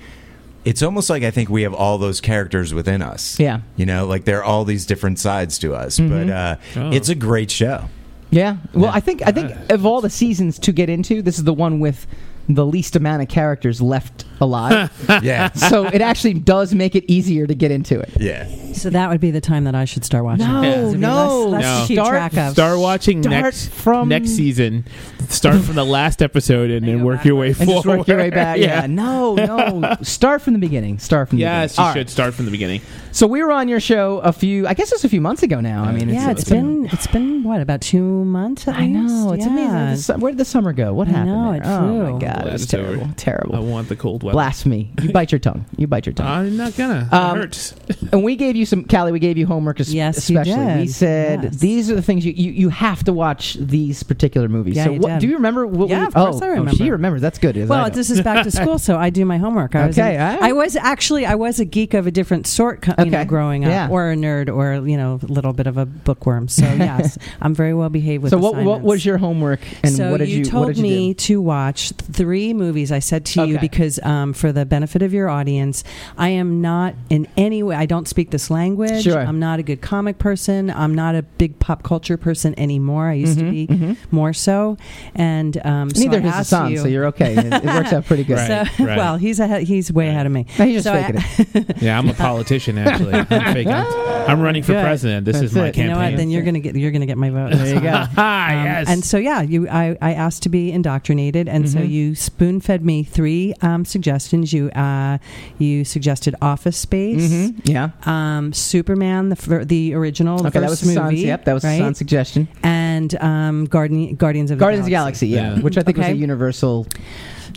S4: it's almost like I think we have all those characters within us.
S1: Yeah. Mm-hmm.
S4: You know, like there are all these different sides to us. But uh,
S2: Oh.
S4: it's a great [LAUGHS] show.
S1: Yeah. Well, I think I think of all the seasons to get into, this is the one with the least amount of characters left
S4: [LAUGHS]
S1: alive.
S4: Yeah.
S1: so it actually does make it easier to get into it.
S4: yeah.
S3: So that would be the time that I should start watching.
S1: No,
S3: it. It'd be
S1: no,
S3: less, less
S2: no.
S3: to keep
S1: Start-
S3: track of.
S2: Start watching
S1: Start
S2: next
S1: from-
S2: next season. Start from the last episode and then work your way
S1: And
S2: forward.
S1: just work your way
S4: [LAUGHS]
S1: back. Yeah. No, no. Start from the beginning. Start from the
S2: [LAUGHS] Yes, you
S1: beginning. All
S2: should
S1: right.
S2: start from the beginning.
S1: So we were on your show a few, I guess it was a few months ago now. I mean,
S3: yeah, it's been it's been what about two months? At
S1: I know
S3: least?
S1: it's
S3: yeah.
S1: amazing. The su- Where did the summer go? What
S3: I
S1: happened?
S3: know,
S1: there?
S3: it
S1: oh my god, it
S3: flew.
S2: Glad
S1: was
S2: it's over.
S1: terrible,
S2: I
S1: terrible.
S2: want the cold leather.
S1: Blasphemy. You bite your tongue. You bite your tongue.
S2: I'm not gonna.
S1: Um,
S2: it hurts.
S1: And we gave you some, Callie. We gave you homework, es-
S3: Yes, you
S1: especially.
S3: did.
S1: We said
S3: Yes.
S1: these are the things you, you, you have to watch these particular movies.
S3: Yeah,
S1: so
S3: you
S1: what,
S3: did.
S1: do you remember? What
S3: Yeah,
S1: we,
S3: of course
S1: oh,
S3: I
S1: Oh, she
S3: remember.
S1: remembers. That's good. as I
S3: Well,
S1: know.
S3: this is back to school, so I do my homework. I was
S1: Okay,
S3: in-
S1: all right.
S3: I was actually I was a geek of a different sort, co- you know,
S1: Okay,
S3: growing up,
S1: yeah.
S3: or a nerd, or you know, a little bit of a bookworm.
S1: [LAUGHS]
S3: So yes, I'm very well behaved with.
S1: so what, what
S3: assignments.
S1: was your homework and
S3: so
S1: what did you,
S3: told
S1: what did you
S3: me
S1: do?
S3: to watch three movies. I said to you
S1: Okay.
S3: because, um, for the benefit of your audience, I am not in any way. I don't speak this language.
S1: Sure.
S3: I'm not a good comic person. I'm not a big pop culture person anymore. I used
S1: Mhm,
S3: to be
S1: mhm.
S3: more so. And um, so
S1: Neither
S3: I
S1: has
S3: asked
S1: Hassan,
S3: you,
S1: so you're okay. It, it works out
S3: [LAUGHS]
S1: pretty good. [LAUGHS]
S2: Right.
S3: so, well, he's ahead, he's way ahead of me.
S1: No, he's just
S3: So I-
S1: faking
S3: [LAUGHS]
S1: it.
S2: yeah, I'm a politician. Actually, I'm,
S1: [LAUGHS]
S2: faking it. I'm running for
S1: Good.
S2: president. This
S1: That's
S2: is
S1: it.
S2: my
S3: You
S2: campaign.
S3: know what? Then you're gonna get you're gonna get my vote.
S1: There you
S3: [LAUGHS]
S1: go.
S2: [LAUGHS] ah,
S3: Um,
S2: yes.
S3: And so, yeah, you, I, I asked to be indoctrinated, and so
S2: Mm-hmm.
S1: Mhm.
S3: you spoon fed me three um, suggestions. You uh, you suggested Office Space,
S2: Mm-hmm.
S1: hmm Yeah.
S3: um, Superman, the fir- the original, Oh, the
S1: Okay, that was
S3: first
S1: Hassan's.
S3: movie,
S1: Yep, that was
S3: right?
S1: Hassan's suggestion.
S3: and um, Guardian, Guardians of
S1: Guardians of
S3: the
S1: the Galaxy, yeah,
S2: Yeah.
S1: which I think was
S3: Okay.
S1: a universal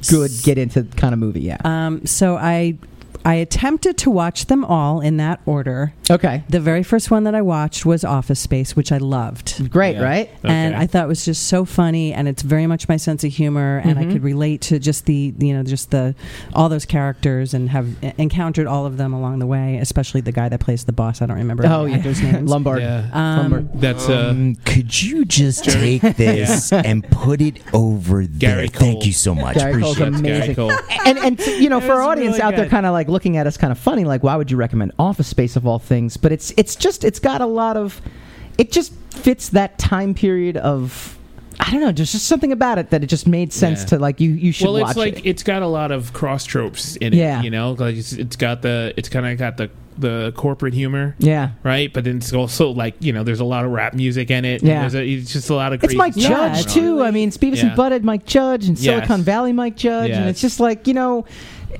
S1: good get into kind of movie. Yeah.
S3: Um, so I I attempted to watch them all in that order.
S1: Okay.
S3: The very first one that I watched was Office Space, which I loved.
S1: Great.
S2: Yeah.
S1: Right.
S2: Okay.
S3: and I thought it was just so funny, and it's very much my sense of humor, and
S1: Mhm.
S3: I could relate to just the you know just the all those characters, and have e- encountered all of them along the way, especially the guy that plays the boss. I don't remember
S1: Oh,
S3: the
S1: yeah.
S3: actors' names.
S1: [LAUGHS] Lombard.
S2: yeah,
S1: Lumber.
S3: um,
S2: that's uh,
S4: Um, could you just take this and put it over there?
S2: Gary Cole.
S4: Thank you so much.
S1: Gary Cole's
S4: Appreciate it.
S2: that's Gary
S1: amazing.
S2: Cole.
S1: and and t- you know,
S2: [LAUGHS] It
S1: for our
S2: was
S1: audience
S2: really
S1: out there,
S2: good.
S1: kind of like looking at us, kind of funny. Like, why would you recommend Office Space of all things? But it's it's just it's got a lot of, it just fits that time period of, I don't know, there's just something about it that it just made sense
S2: Yeah.
S1: to like you you should
S2: well,
S1: watch
S2: it's like
S1: it.
S2: has got a lot of cross tropes in it.
S1: Yeah.
S2: you know, like it's, it's got the it's kind of got the the corporate humor.
S1: Yeah,
S2: Right, but then it's also like you know, there's a lot of rap music in it. and
S1: Yeah.
S2: there's a, it's just a lot of.
S1: it's
S2: Crazy
S1: Mike
S2: stuff
S3: Yeah,
S1: Judge
S2: going on.
S3: it's
S1: too. I mean, it's Beavis
S2: Yeah.
S1: and Butthead Mike Judge and
S2: Yes.
S1: Silicon Valley Mike Judge, and
S2: Yes.
S1: it's just like you know,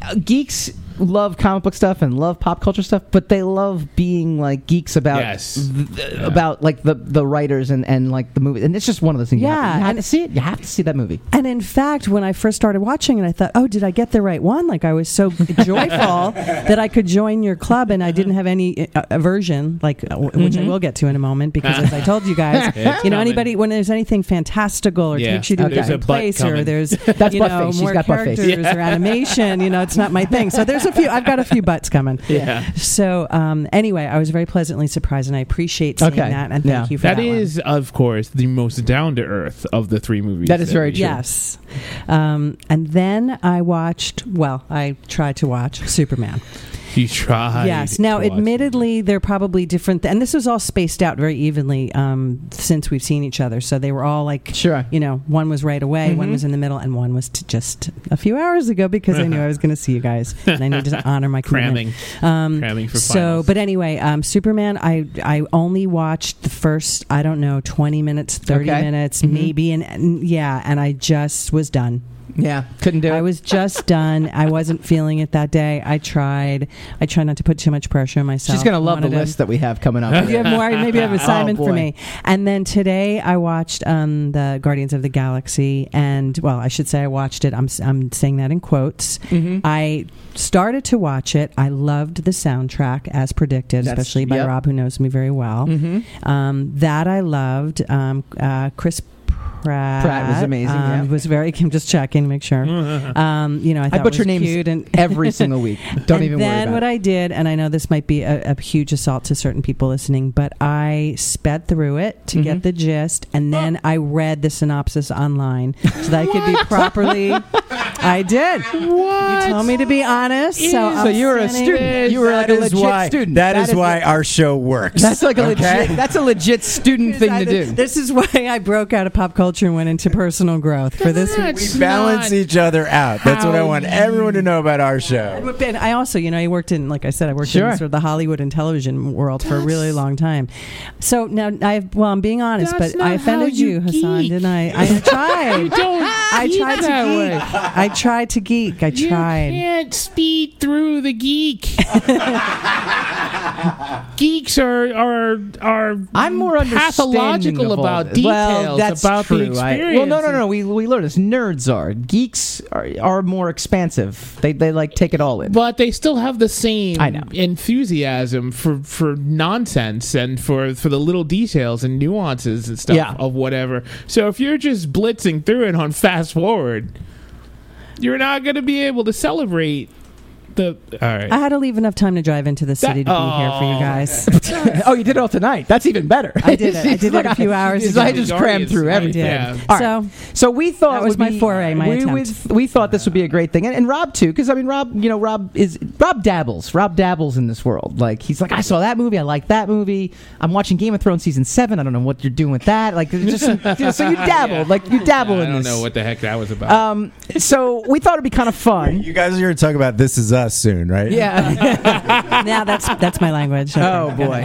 S1: uh, geeks love comic book stuff and love pop culture stuff, but they love being like geeks about
S2: Yes.
S1: th- th-
S2: Yeah.
S1: about like the the writers and and like the movie, and it's just one of those things. you have,
S3: Yeah,
S1: to, you have
S3: and-
S1: to see it. You have to see that movie.
S3: and in fact, when I first started watching it, I thought, "Oh, did I get the right one?" Like I was so joyful that I could join your club, and I didn't have any uh, aversion, like uh, w- which I will get to in a moment, because as I told you guys,
S2: It's
S3: you know,
S2: coming.
S3: anybody when there's anything fantastical or
S2: Yeah.
S3: takes you to
S1: Okay.
S3: a
S1: There's a
S3: different
S2: butt
S3: place or
S2: coming.
S3: there's
S1: That's
S3: you
S1: butt
S3: know
S1: face. She's
S3: more
S1: got butt face.
S3: characters or animation, you know, it's not my thing. So there's a few. I've got a few butts coming.
S2: Yeah.
S3: So um, anyway, I was very pleasantly surprised, and I appreciate seeing
S1: Okay.
S3: that, and thank
S1: Yeah.
S3: you for that.
S2: That
S3: one.
S2: is, of course, the most down to earth of the three movies.
S1: That is very
S2: we
S1: true.
S3: Yes. Um, and then I watched, well, I tried to watch Superman.
S2: You tried.
S3: yes. Now,
S2: to watch.
S3: admittedly, they're probably different. and this was all spaced out very evenly um, since we've seen each other. So they were all like,
S1: Sure.
S3: you know, one was right away, one
S2: Mm-hmm.
S1: Mhm.
S3: was in the middle, and one was t- just a few hours ago because I knew I was going to see you guys. And I need
S2: [LAUGHS]
S3: to honor my commitment.
S2: cramming,
S3: Um,
S2: cramming for
S3: so,
S2: finals.
S3: but anyway, um, Superman. I I only watched the first I don't know twenty minutes, thirty
S1: Okay.
S3: minutes,
S2: Mm-hmm.
S1: Mhm.
S3: maybe, and, and yeah, and I just was done.
S1: Yeah, couldn't do it.
S3: I was just done. I wasn't feeling it that day. I tried. I tried not to put too much pressure on myself.
S1: She's gonna
S3: I
S1: love the
S3: wanted to-
S1: list that we have coming up.
S3: [LAUGHS] you have more. Maybe
S1: [LAUGHS]
S3: you have an
S1: Oh,
S3: assignment
S1: boy.
S3: for me. And then today I watched um, the Guardians of the Galaxy, and well, I should say I watched it. I'm s- I'm saying that in quotes.
S1: Mhm.
S3: I started to watch it. I loved the soundtrack as predicted,
S1: That's-
S3: especially by
S1: yep.
S3: Rob, who knows me very well.
S1: Mhm.
S3: Um, that I loved. Um, uh, Chris Pratt,
S1: Pratt was amazing,
S3: Um,
S1: yeah.
S3: Was very. I'm just checking to make sure. Um, you know, I, thought
S1: butcher
S3: was
S1: names
S3: cute and
S1: Every single week. Don't
S3: and
S1: even
S3: then
S1: worry about
S3: what
S1: it.
S3: I did, and I know this might be a, a huge assault to certain people listening, but I sped through it to
S1: Mhm.
S3: get the gist, and then I read the synopsis online so that I could be
S1: [LAUGHS]
S3: properly. I did. You told me to be honest, so
S1: So
S3: I'm
S1: you were a
S3: sending-
S1: student. You were like
S4: That
S1: a
S4: is
S1: legit
S4: why-
S1: student.
S4: that is, why our show works.
S1: That's like a
S4: Okay?
S1: legit. That's a legit student thing to do.
S3: This is why I broke out of pop culture and went into personal growth for this.
S4: We balance each other out. That's what I
S2: how
S4: want everyone to know about our show.
S3: And I also, you know, I worked in, like I said, I worked
S1: Sure.
S3: in sort of the Hollywood and television world for a really long time. So now I, well, I'm being honest,
S2: That's
S3: but I
S2: not how
S3: offended
S2: you [LAUGHS]
S3: you, Hassan,
S2: geek.
S3: didn't I? I tried.
S2: Don't
S3: I
S2: eat
S3: tried to
S2: that
S3: geek.
S2: way.
S3: I I try to geek. I
S2: You
S3: tried.
S2: can't speed through the
S3: [LAUGHS]
S2: geek. Geeks are are are
S1: [LAUGHS] I'm more understanding
S2: pathological
S1: of all
S2: about
S1: this.
S2: details
S1: well, that's
S2: about
S1: true.
S2: the
S1: I-
S2: experience.
S1: well, no, no, no. We we learned this. Nerds are geeks are, are more expansive. They they like take it all in.
S2: But they still have the same
S1: I know.
S2: enthusiasm for, for nonsense and for, for the little details and nuances and stuff
S1: Yeah.
S2: of whatever. So if you're just blitzing through it on fast forward, you're not going to be able to celebrate the. All right.
S3: I had to leave enough time to drive into the city to be here for
S2: oh.
S3: you
S2: [LAUGHS]
S3: guys.
S1: [LAUGHS] oh, you did it all tonight. That's even better.
S3: I did it. I
S1: [LAUGHS]
S3: did it a few hours
S1: It's
S3: ago.
S1: like I just crammed through
S2: Right,
S1: everything.
S2: yeah.
S1: All right.
S3: So
S1: So we thought
S3: That was
S1: would
S3: my
S1: be-
S3: foray, my
S1: we,
S3: attempt.
S1: We, we thought this would be a great thing, and, and Rob too, because I mean, Rob, you know, Rob is Rob dabbles. Rob dabbles in this world. Like he's like, I saw that movie, I like that movie. I'm watching Game of Thrones season seven. I don't know what you're doing with that. Like there's just
S2: [LAUGHS]
S1: some, you know, so you dabble,
S2: Yeah.
S1: like you dabble
S2: I
S1: in
S2: don't
S1: this.
S2: know what the heck that was about.
S1: um, so we thought it'd be kind of fun.
S2: [LAUGHS]
S4: You guys are going to talk about This Is Us soon, right?
S1: Yeah.
S3: now that's that's my
S2: [LAUGHS]
S3: language.
S1: oh boy.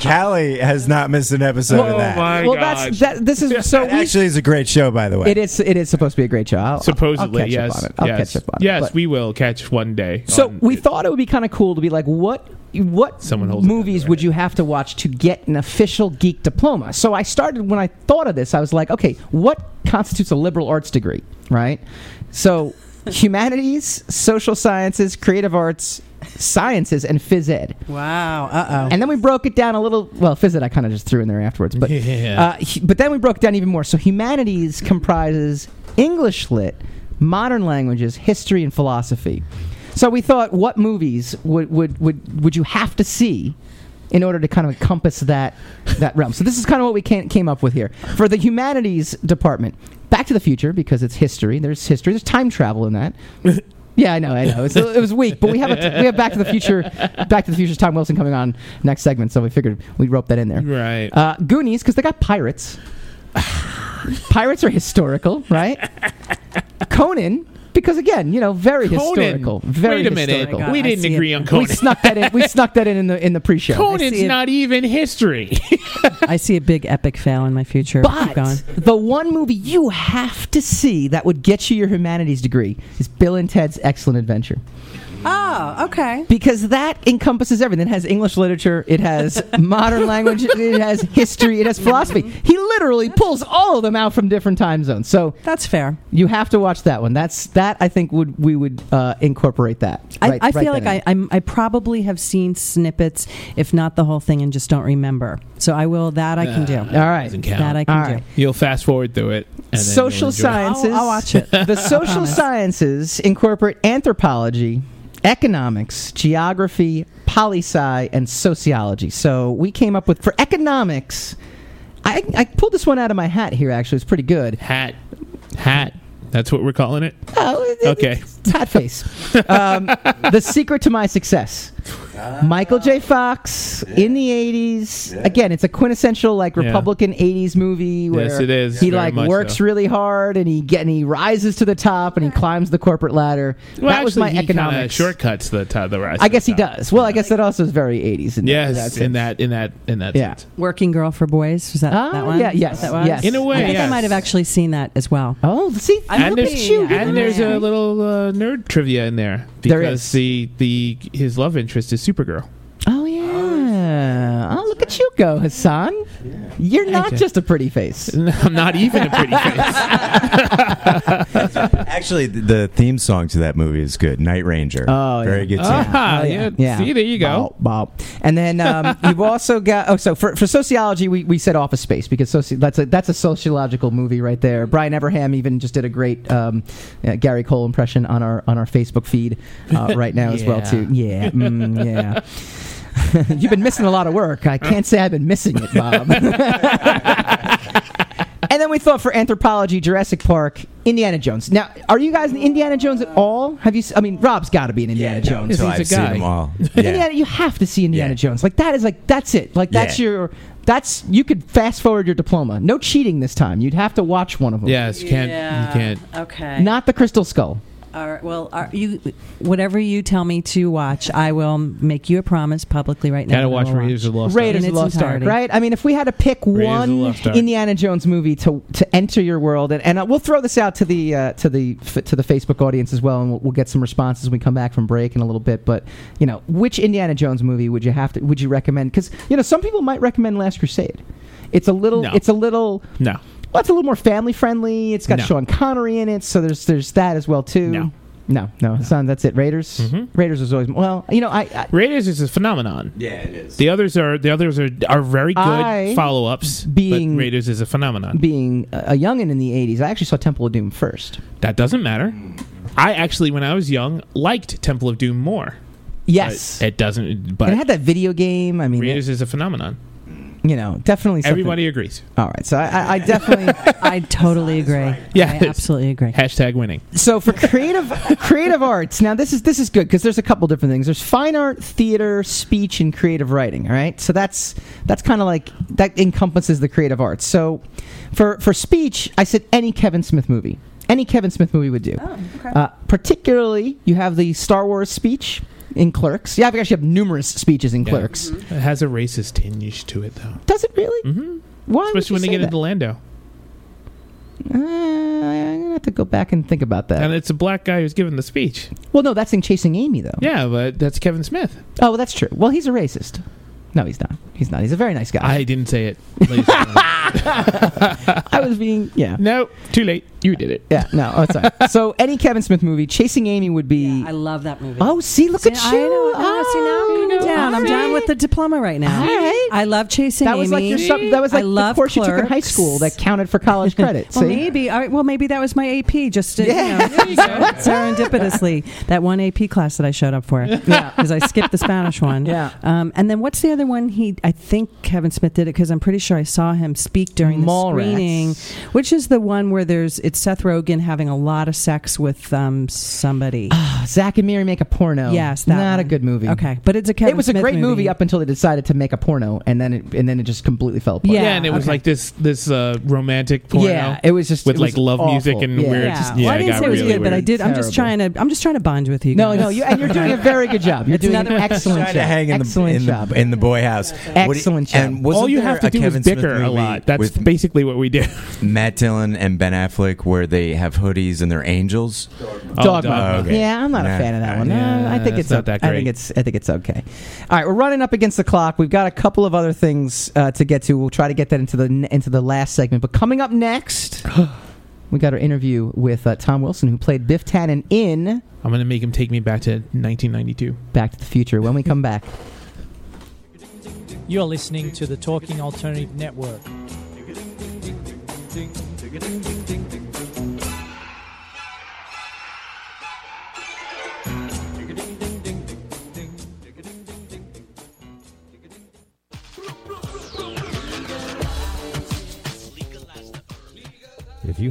S4: Callie has not missed an episode
S1: Oh
S4: of that.
S2: Oh
S1: well, that's that. This is
S2: [LAUGHS]
S1: so.
S4: It
S1: we,
S4: actually is a great show, by the way.
S1: it is. It is supposed to be a great show. I'll- I'll-
S2: Supposedly,
S1: I'll catch
S2: yes.
S1: Up on it. I'll
S2: yes.
S1: catch up on
S2: yes,
S1: it. but-
S2: we will catch one day.
S1: So
S2: on
S1: we
S2: it.
S1: thought it would be kind of cool to be like, what what
S2: Someone holds it
S1: movies
S2: together,
S1: would
S2: right?
S1: you have to watch to get an official geek diploma? So I started when I thought of this, I was like, okay, what constitutes a liberal arts degree, right?
S2: [LAUGHS]
S1: So humanities, social sciences, creative arts, sciences, and phys ed.
S3: Wow. Uh oh.
S1: And then we broke it down a little. Well, phys ed I kind of just threw in there afterwards,
S2: [LAUGHS]
S1: but
S2: Yeah.
S1: uh, hu- but then we broke it down even more. So humanities comprises English lit, modern languages, history, and philosophy. So we thought, what movies would would would, would you have to see? In order to kind of encompass that that realm, so this is kind of what we can, came up with here for the humanities department. Back to the Future because it's history. There's history. There's time travel in that. Yeah, I know, I know. It's, it was weak, but we have a t- we have Back to the Future, Back to the Future's Tom Wilson coming on next segment, so we figured we'd rope that in there.
S2: Right.
S1: Uh, Goonies because they got
S2: [SIGHS]
S1: pirates. pirates are historical, right? Conan because again, you know, very
S2: Conan.
S1: historical, very
S2: Wait a minute.
S1: historical.
S3: God,
S2: we
S3: I
S2: didn't
S3: see
S2: agree
S3: it.
S2: on
S1: We
S2: Conan.
S1: snuck that in. We snuck that in in the in the pre-show.
S2: Conan's
S3: it.
S2: not even history.
S3: I see a big epic fail in my future. Keep going.
S1: But the one movie you have to see that would get you your humanities degree is Bill and Ted's Excellent Adventure.
S3: Oh,
S8: Ah,
S3: okay.
S1: because that encompasses everything. It has English literature, it
S2: [LAUGHS]
S1: has modern language, it has history, it has philosophy. He literally pulls all of them out from different time zones. So
S3: That's fair.
S1: you have to watch that one. That's that. I think would we would uh, incorporate that. Right-
S3: I, I
S1: right
S3: feel
S1: then
S3: like I,
S1: and
S3: I'm, I probably have seen snippets, if not the whole thing, and just don't remember. So I will. That I can do.
S1: there. All right.
S2: Doesn't count.
S3: That I can
S1: Ah. All
S3: do.
S1: right.
S2: You'll fast forward through it. and then
S1: Social
S2: you'll enjoy it.
S1: sciences.
S3: I'll- I'll watch it.
S1: [LAUGHS] The social sciences incorporate anthropology, economics, geography, poli sci, and sociology. So we came up with for economics. I, I pulled this one out of my hat here. Actually, it's pretty good.
S2: Hat. Hat. That's what we're calling it.
S1: Oh, it- it-
S2: Okay.
S1: [LAUGHS] It's hot face. Um, the secret to my success.
S2: Ah.
S1: Michael J. Fox in the '80s. Again, it's a quintessential like
S2: Yeah.
S1: Republican '80s movie where
S2: Yes, it is.
S1: he
S2: Very
S1: like
S2: much
S1: works
S2: so.
S1: really hard and he get and he rises to the top and he climbs the corporate ladder.
S2: Well,
S1: that was
S2: actually,
S1: my
S2: he kinda
S1: economics.
S2: shortcuts the t- the rise.
S1: I
S2: to
S1: guess
S2: the
S1: he
S2: top.
S1: does. Well, I guess that also is very '80s. In
S2: Yes,
S1: that
S2: in
S1: sense.
S2: that in that in that
S1: Yeah.
S2: sense.
S3: Working Girl for Boys. Was that
S1: Ah,
S3: that one?
S1: yeah,
S3: Is that
S1: yes,
S3: what that was?
S1: yes.
S2: In a way,
S3: I think
S2: yes.
S3: I might have actually seen that as well.
S1: Oh, see,
S3: I'm
S1: look
S2: And
S1: at
S2: there's,
S1: you. Look at
S2: and there's
S1: you.
S2: a little uh, nerd trivia in there because
S1: There is.
S2: the the his love interest is Supergirl. [LAUGHS]
S1: Oh yeah. Oh, look at you go, Hassan. You're not
S2: Jack.
S1: just a pretty face.
S2: I'm not even a pretty face.
S4: actually, th- the theme song to that movie is good. Night Ranger.
S1: [LAUGHS] Oh,
S4: Very
S1: yeah.
S4: good. tune.
S2: Ah,
S1: Oh,
S2: yeah. See, there you go.
S1: Bob. Bob. And then
S2: [LAUGHS]
S1: um, you've also got oh, so for, for sociology, we, we said Office Space because soci- that's a that's a sociological movie right there. Brian Everham even just did a great um, uh, Gary Cole impression on our on our Facebook feed
S2: [LAUGHS]
S1: uh, right now as well
S2: Yeah.
S1: too. Yeah, mm, yeah. [LAUGHS] You've been missing a lot of work. I can't say I've been missing it, Bob. [LAUGHS] And then we thought for anthropology, Jurassic Park, Indiana Jones. Now, are you guys in Indiana Jones at all? Have you? s- I mean, Rob's got to be in Indiana
S4: No,
S1: Jones.
S4: until
S2: He's a
S4: I've seen
S2: guy.
S4: them all. Yeah.
S1: Indiana, you have to see Indiana
S4: Yeah.
S1: Jones. Like that is like that's it. Like that's
S4: Yeah.
S1: your that's you could fast forward your diploma. No cheating this time. You'd have to watch one of them.
S2: Yes, can't you can't.
S3: Okay.
S1: Not the Crystal Skull.
S3: Our, well, our, you whatever you tell me to watch, I will make you a promise publicly right now. that I
S2: Gotta watch
S3: will
S2: Raiders of the Lost
S3: Raiders
S2: Ark.
S1: Raiders of
S3: In its
S1: the Lost Ark,
S3: entirety.
S1: right? I mean, if we had to pick
S2: Raiders of the
S1: one
S2: Lost Ark.
S1: Indiana Jones movie to to enter your world, and, and uh, we'll throw this out to the uh, to the f- to the Facebook audience as well, and we'll, we'll get some responses when we come back from break in a little bit. But you know, which Indiana Jones movie would you have to would you recommend? Because you know, some people might recommend Last Crusade. It's a little.
S2: No.
S1: It's a little.
S2: No.
S1: Well, it's a little more family friendly. It's got
S2: No.
S1: Sean Connery in it, so there's there's that as well too.
S2: No.
S1: No, no, son, that's it. Raiders.
S2: Mhm.
S1: Raiders was always well. You know, I, I
S2: Raiders is a phenomenon.
S4: [LAUGHS] Yeah, it is.
S2: The others are the others are are very
S1: I-
S2: good follow ups.
S1: being-
S2: but Raiders is a phenomenon.
S1: being a a youngin in the '80s, I actually saw Temple of Doom first.
S2: That doesn't matter. I actually, when I was young, liked Temple of Doom more.
S1: Yes,
S2: But it doesn't. But
S1: and it had that video game. I mean,
S2: Raiders is a phenomenon.
S1: it- you know, definitely. Something.
S2: Everybody agrees.
S1: All right, so I, I, I definitely.
S3: I totally agree.
S2: Yes.
S3: I absolutely agree.
S2: Hashtag winning.
S1: so for creative [LAUGHS] creative arts, now this is this is good because there's a couple different things. There's fine art, theater, speech, and creative writing. All right, so that's that's kind of like that encompasses the creative arts. So for for speech, I said any Kevin Smith movie, any Kevin Smith movie would do.
S8: Oh, okay.
S1: Uh, particularly, you have the Star Wars speech in Clerks. Yeah, I actually have numerous speeches in
S2: Yeah.
S1: Clerks.
S8: Mm-hmm.
S2: It has a racist tinge to it, though.
S1: Does it really?
S2: Mm-hmm.
S1: Why? would
S2: Especially when
S1: you say
S2: they get
S1: that?
S2: into Lando,
S1: Uh, I'm gonna have to go back and think about that.
S2: and it's a black guy who's giving the speech.
S1: well, no, that's in Chasing Amy though.
S2: Yeah, but that's Kevin Smith.
S1: Oh, well, that's true. Well, he's a racist. No, he's not. He's not. He's a very nice guy.
S2: I didn't say it. ladies and gentlemen.
S1: [LAUGHS] I, was being yeah.
S2: [LAUGHS] no, too late. You did it.
S1: Yeah, no, oh, sorry. so any Kevin Smith movie, Chasing Amy would be.
S3: I love that movie.
S1: oh, see, look
S3: See,
S1: at you.
S3: I know, I know. See, now I'm
S1: Oh,
S3: coming down. I'm
S1: all
S3: down
S1: right.
S3: with the diploma right now.
S1: All right.
S3: I love chasing
S1: That was like your
S3: Amy.
S1: sub, that was
S3: I
S1: like the
S3: love
S1: course you took in high
S3: Clerks.
S1: school that counted for college
S3: [LAUGHS]
S1: credit.
S3: Well,
S1: see?
S3: maybe. All right, well, maybe that was my AP. Just to, you
S1: Yeah.
S3: know, serendipitously, that one AP class that I showed up for. Yeah, because I skipped the Spanish one.
S1: Yeah.
S3: Um, and then what's the other one? He, I think Kevin Smith did it because I'm pretty sure I saw him speak during the
S1: Mallrats.
S3: screening, which is the one where there's it's Seth Rogen having a lot of sex with um, somebody.
S1: Oh. Zach and Mary make a porno.
S3: Yes, that
S1: not a
S3: one.
S1: good movie.
S3: Okay, but it's a Kevin.
S1: it was a
S3: Smith
S1: great movie. up until they decided to make a porno, and then it, and then it just completely fell apart.
S3: Yeah,
S2: and it was
S3: okay.
S2: like this this uh, romantic porno.
S1: yeah, it was just
S2: with
S1: it was
S2: like love music
S1: awful.
S2: and
S1: yeah.
S2: weird.
S3: Yeah.
S2: Just,
S3: Well,
S2: yeah,
S3: I didn't
S2: it got
S3: say it was
S2: really
S3: good, but I
S2: weird.
S3: did. I'm just trying
S1: Terrible.
S3: to. I'm just trying to bond with you.
S1: No,
S3: guys.
S1: no, you, and you're
S4: [LAUGHS]
S1: doing a very good job. You're
S3: It's
S1: doing an
S3: another-
S1: excellent
S4: Tried
S1: job.
S4: to hang in the,
S1: excellent
S4: in,
S1: job.
S4: The, in the boy house. What do you-
S1: Excellent job.
S4: And wasn't
S2: All you
S4: there
S2: have to
S4: a
S2: do
S4: Kevin
S2: is bicker
S4: Smith
S2: a
S4: movie
S2: lot. That's
S4: with
S2: basically what we do.
S4: Matt Dillon and Ben Affleck, where they have hoodies and they're angels.
S2: Oh,
S1: Dogma.
S4: Oh, okay.
S1: Yeah, I'm not a
S4: Nah.
S1: fan of that one.
S2: Yeah,
S1: No, I think
S2: it's
S1: it's
S2: not
S1: o-
S2: that
S1: I think
S2: great.
S1: it's I think it's okay. All right, we're running up against the clock. We've got a couple of other things uh, to get to. We'll try to get that into the n- into the last segment. But coming up next,
S4: [GASPS]
S1: we got our interview with uh, Tom Wilson, who played Biff Tannen in
S2: I'm gonna make him take me back to 1992.
S1: Back to the Future. When we come back,
S5: You're listening to the Talking Alternative Network.
S9: If you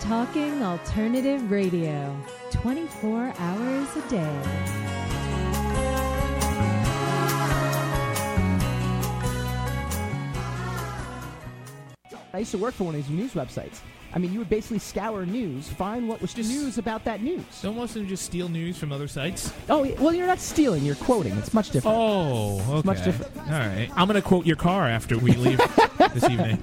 S7: Talking Alternative Radio, 24 hours a day.
S1: [LAUGHS] I used to work for one of these news websites. I mean, you would basically scour news, find what was
S2: Just-
S1: news about that news.
S2: Don't most of them just steal news from other sites?
S1: Oh, well, you're not stealing; you're quoting. It's much different.
S2: Oh, okay.
S1: much different.
S2: All right. I'm gonna quote your car after we leave this evening.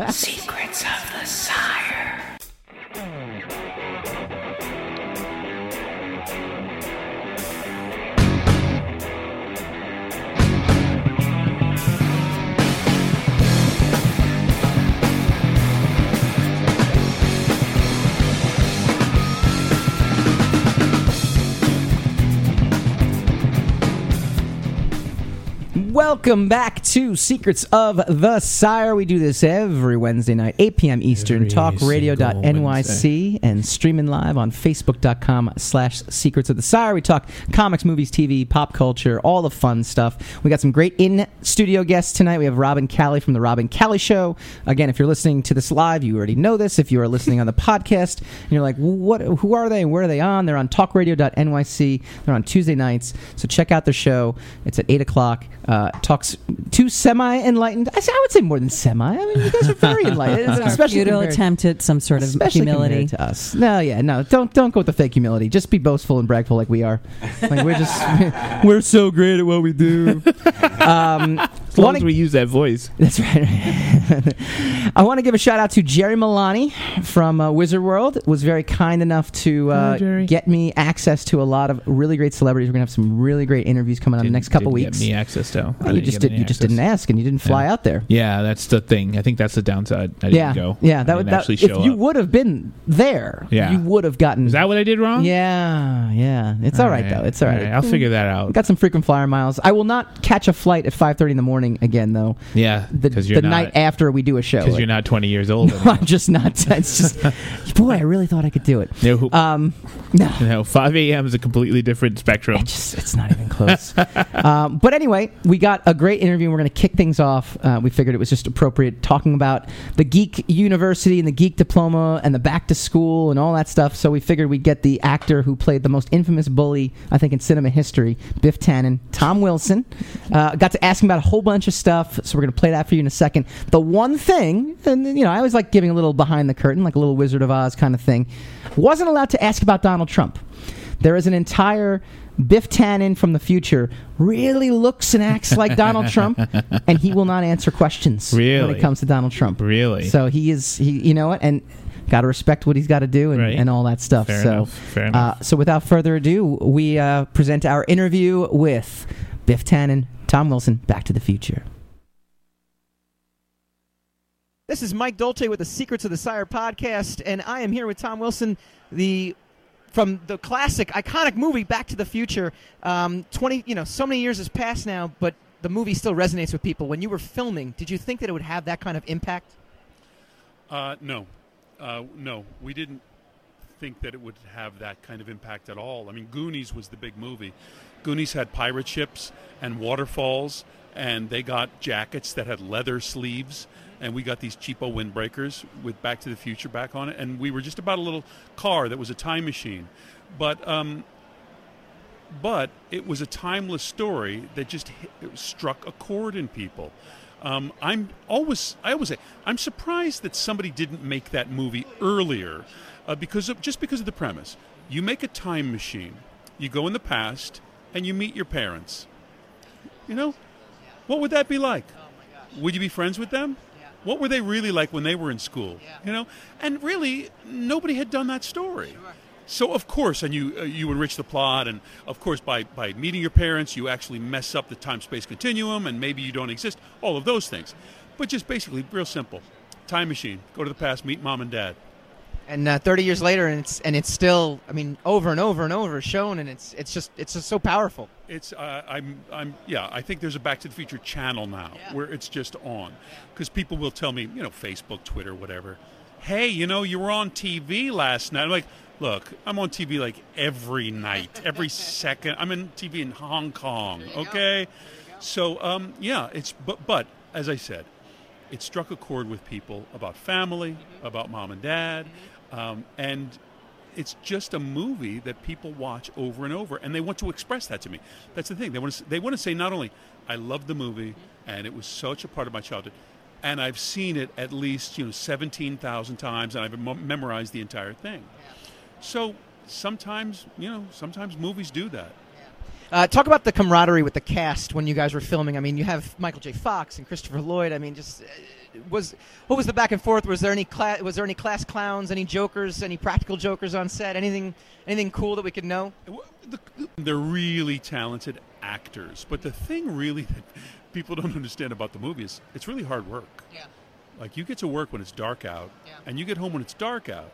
S1: Welcome back to Secrets of the Sire. We do this every Wednesday night, 8 p.m. Eastern,
S2: Every single
S1: talkradio.nyc,
S2: Wednesday.
S1: and streaming live on facebook.com slash secrets of the sire. We talk comics, movies, TV, pop culture, all the fun stuff. We got some great in-studio guests tonight. We have Robin Callie from The Robin Callie Show. Again, if you're listening to this live, you already know this. If you are listening on the [LAUGHS] podcast and you're like, what, who are they? Where are they on? They're on talkradio.nyc. They're on Tuesday nights. So check out their show. It's at 8 o'clock. Uh, talks two semi-enlightened. I, say- I would say more than semi. I mean, you guys are very enlightened.
S3: It's our
S1: especially
S3: futile
S1: compared-
S3: attempt at some sort of
S1: Especially
S3: humility.
S1: compared to us. No, yeah, no. Don't don't go with the fake humility. Just be boastful and bragful like we are. Like we're just [LAUGHS] we're so great at what we
S2: [LAUGHS]
S1: do. Um,
S2: As long
S1: wanna-
S2: as we use that voice.
S1: [LAUGHS] that's right. [LAUGHS] I want to give a shout out to Jerry Milani from uh, Wizard World. Was very kind enough to
S2: Hi,
S1: uh,
S2: Jerry.
S1: get me access to a lot of really great celebrities. We're gonna have some really great interviews coming up in the
S2: Didn't-
S1: next couple
S2: didn't
S1: weeks.
S2: Get me access though. I
S1: Oh, you
S2: didn't
S1: just
S2: get
S1: did.
S2: any
S1: You just
S2: access.
S1: didn't ask, and you didn't fly
S2: Yeah.
S1: out there.
S2: Yeah, that's the thing. I think that's the downside. I didn't
S1: yeah,
S2: go.
S1: yeah.
S2: I
S1: That
S2: didn't
S1: would that,
S2: actually
S1: if
S2: show
S1: you
S2: up.
S1: would have been there,
S2: Yeah.
S1: you would have gotten.
S2: Is that what I did wrong?
S1: yeah, yeah. It's all right, though. It's all right.
S2: I'll figure that out.
S1: Got some frequent flyer miles. I will not catch a flight at five thirty in the morning again, though.
S2: Yeah,
S1: The,
S2: because you're
S1: the
S2: not,
S1: night
S2: [LAUGHS]
S1: after we do a [LAUGHS] show,
S2: because
S1: Like,
S2: you're not 20
S1: [LAUGHS]
S2: years old.
S1: No, I'm just not. It's just, [LAUGHS] boy, I really thought I could do it.
S2: No,
S1: [LAUGHS]
S2: who-
S1: Um, no,
S2: you know, 5 a.m. is a completely different spectrum.
S1: it just, it's not even close. um, but anyway, we got a great interview. and We're going to kick things off. Uh, we figured it was just appropriate talking about the Geek University and the Geek Diploma and the back to school and all that stuff. So we figured we'd get the actor who played the most infamous bully, I think, in cinema history, Biff Tannen, Tom Wilson. Uh, got to ask him about a whole bunch of stuff. So we're going to play that for you in a second. The one thing, and you know, I always like giving a little behind the curtain, like a little Wizard of Oz kind of thing, wasn't allowed to ask about Donald Trump. There is an entire Biff Tannen from the future really looks and acts
S2: [LAUGHS]
S1: like Donald Trump, and he will not answer questions when
S2: Really?
S1: it comes to Donald Trump.
S2: Really?
S1: So he is, he, you know what, and got to respect what he's got to do and,
S2: Right.
S1: and all that stuff.
S2: Fair
S1: so,
S2: enough. Fair enough.
S1: Uh, so without further ado, we uh, present our interview with Biff Tannen, Tom Wilson, Back to the Future. This is Mike Dolce with the Secrets of the Sire podcast, and I am here with Tom Wilson, the from the classic, iconic movie Back to the Future. Um, Twenty, you know, so many years has passed now, but the movie still resonates with people. When you were filming, did you think that it would have that kind of impact?
S10: Uh, no, uh, no, we didn't think that it would have that kind of impact at all. I mean, Goonies was the big movie. Goonies had pirate ships and waterfalls, and they got jackets that had leather sleeves, and we got these cheapo windbreakers with Back to the Future back on it, and we were just about a little car that was a time machine, but. Um, but it was a timeless story that just hit, it struck a chord in people. Um, I'm always, I always say, I'm surprised that somebody didn't make that movie earlier, uh, because of, just because of the premise. You make a time machine, you go in the past, and you meet your parents. You know, what would that be like? Would you be friends with them? What were they really like when they were in school? You know, and really, nobody had done that story. So of course, and you uh, you enrich the plot, and of course, by by meeting your parents, you actually mess up the time space continuum, and maybe you don't exist. All of those things, but just basically, real simple, time machine, go to the past, meet mom and dad.
S1: And uh, 30 years later, and it's and it's still, I mean, over and over and over shown, and it's it's just it's just so powerful.
S10: It's uh, I'm I'm yeah. I think there's a Back to the Future channel now where it's just on, because people will tell me you know Facebook, Twitter, whatever. Hey, you know you were on TV last night. I'm like, look, I'm on TV like every night, every second. I'm in TV in Hong Kong. Okay, so um, yeah, it's but but as I said, it struck a chord with people about family, about mom and dad, um, and it's just a movie that people watch over and over, and they want to express that to me. That's the thing. They want to. They want to say not only I love the movie, and it was such a part of my childhood, and I've seen it at least you know seventeen thousand times, and I've mem- memorized the entire thing. So sometimes you know, sometimes movies do that.
S1: Uh, talk about the camaraderie with the cast when you guys were filming. I mean, you have Michael J. Fox and Christopher Lloyd. I mean, just uh, was what was the back and forth? Was there any cla- was there any class clowns, any jokers, any practical jokers on set? Anything anything cool that we could know?
S10: Well, the- They're really talented actors, but the thing really that [LAUGHS] people don't understand about the movie is it's really hard work.
S1: Yeah.
S10: Like you get to work when it's dark out, and you get home when it's dark out,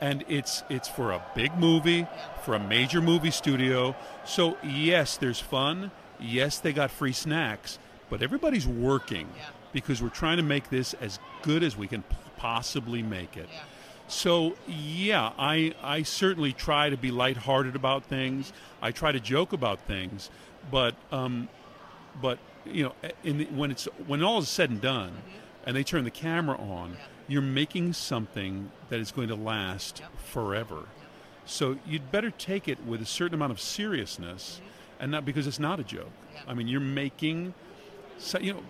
S10: and it's it's for a big movie, for a major movie studio. So yes, there's fun. Yes, they got free snacks, but everybody's working because we're trying to make this as good as we can p- possibly make it. So yeah, I I certainly try to be lighthearted about things. I try to joke about things, but um, but you know, in the, when it's when all is said and done, and they turn the camera on, you're making something that is going to last forever. So you'd better take it with a certain amount of seriousness, and not because it's not a joke. I mean, you're making, so, you know,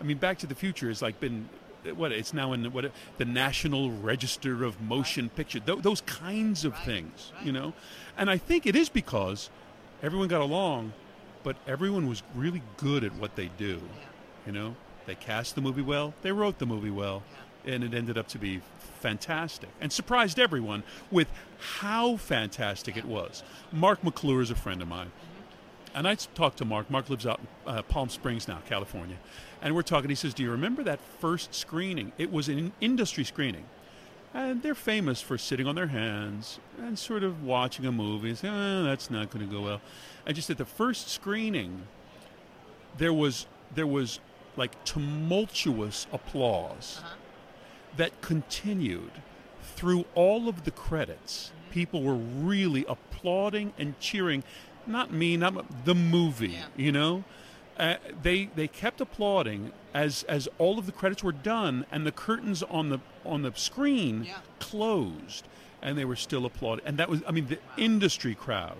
S10: I mean, Back to the Future has like been. What it's now in the- what the National Register of Motion Picture, tho- those kinds of things, you know, and I think it is because everyone got along, but everyone was really good at what they do. You know, they cast the movie well, they wrote the movie well, and it ended up to be fantastic and surprised everyone with how fantastic it was. Mark McClure is a friend of mine. And I talked to Mark. Mark lives out in uh, Palm Springs now, California. And we're talking. He says, Do you remember that first screening? It was an industry screening. And they're famous for sitting on their hands and sort of watching a movie and saying, oh, that's not going to go well. And just at the first screening, there was, there was like tumultuous applause that continued through all of the credits. People were really applauding and cheering. Not me, not the movie. You know, uh, they they kept applauding as as all of the credits were done and the curtains on the on the screen closed, and they were still applauding. And that was, I mean, the industry crowd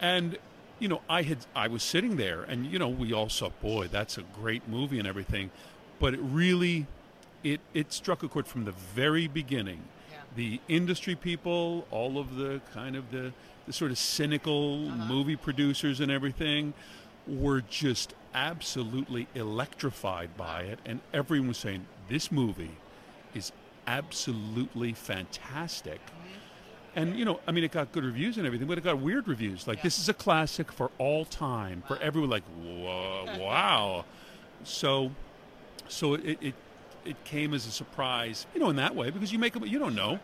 S10: and you know i had i was sitting there and you know we all saw boy that's a great movie and everything but it really it it struck a chord from the very beginning the industry people all of the kind of the, the sort of cynical movie producers and everything were just absolutely electrified by it and everyone was saying this movie is absolutely fantastic and you know, I mean, it got good reviews and everything, but it got weird reviews. Like this is a classic for all time for everyone. Like, whoa, [LAUGHS] wow. So, so it, it it came as a surprise, you know, in that way because you make a, you don't know,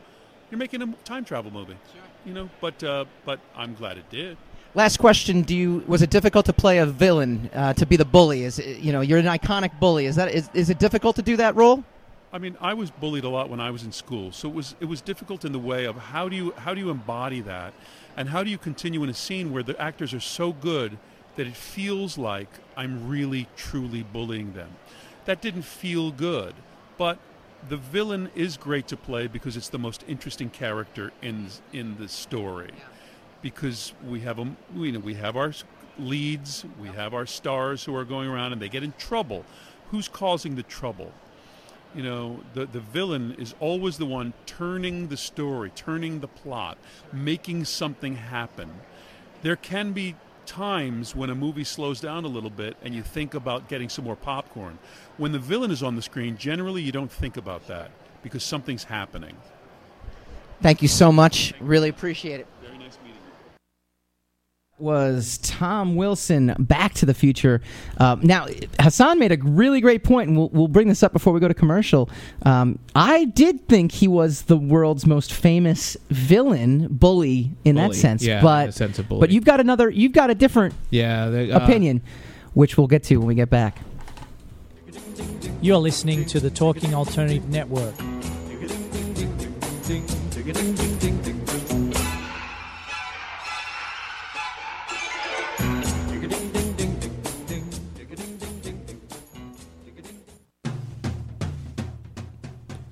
S10: you're making a time travel movie, you know. But uh, but I'm glad it did.
S11: Last question: Do you was it difficult to play a villain uh, to be the bully? Is it, you know you're an iconic bully. Is that is, is it difficult to do that role?
S10: I mean, I was bullied a lot when I was in school, so it was it was difficult in the way of how do you how do you embody that, and how do you continue in a scene where the actors are so good that it feels like I'm really truly bullying them. That didn't feel good, but the villain is great to play because it's the most interesting character in in the story, because we have a you know we have our s- leads, we have our stars who are going around and they get in trouble. Who's causing the trouble? you know the the villain is always the one turning the story turning the plot making something happen there can be times when a movie slows down a little bit and you think about getting some more popcorn when the villain is on the screen generally you don't think about that because something's happening
S11: Thank you so much. Really appreciate it.
S10: very nice meeting you
S1: was Tom Wilson, Back to the Future. Um, now, Hassan made a really great point, and we'll, we'll bring this up before we go to commercial. Um, I did think he was the world's most famous villain, bully in that
S2: Bully,
S1: sense.
S2: yeah, in
S1: but
S2: the sense of bully.
S1: but you've got another, you've got a different
S2: Yeah, they- uh,
S1: opinion, which we'll get to when we get back.
S5: You're listening to the Talking Alternative Network.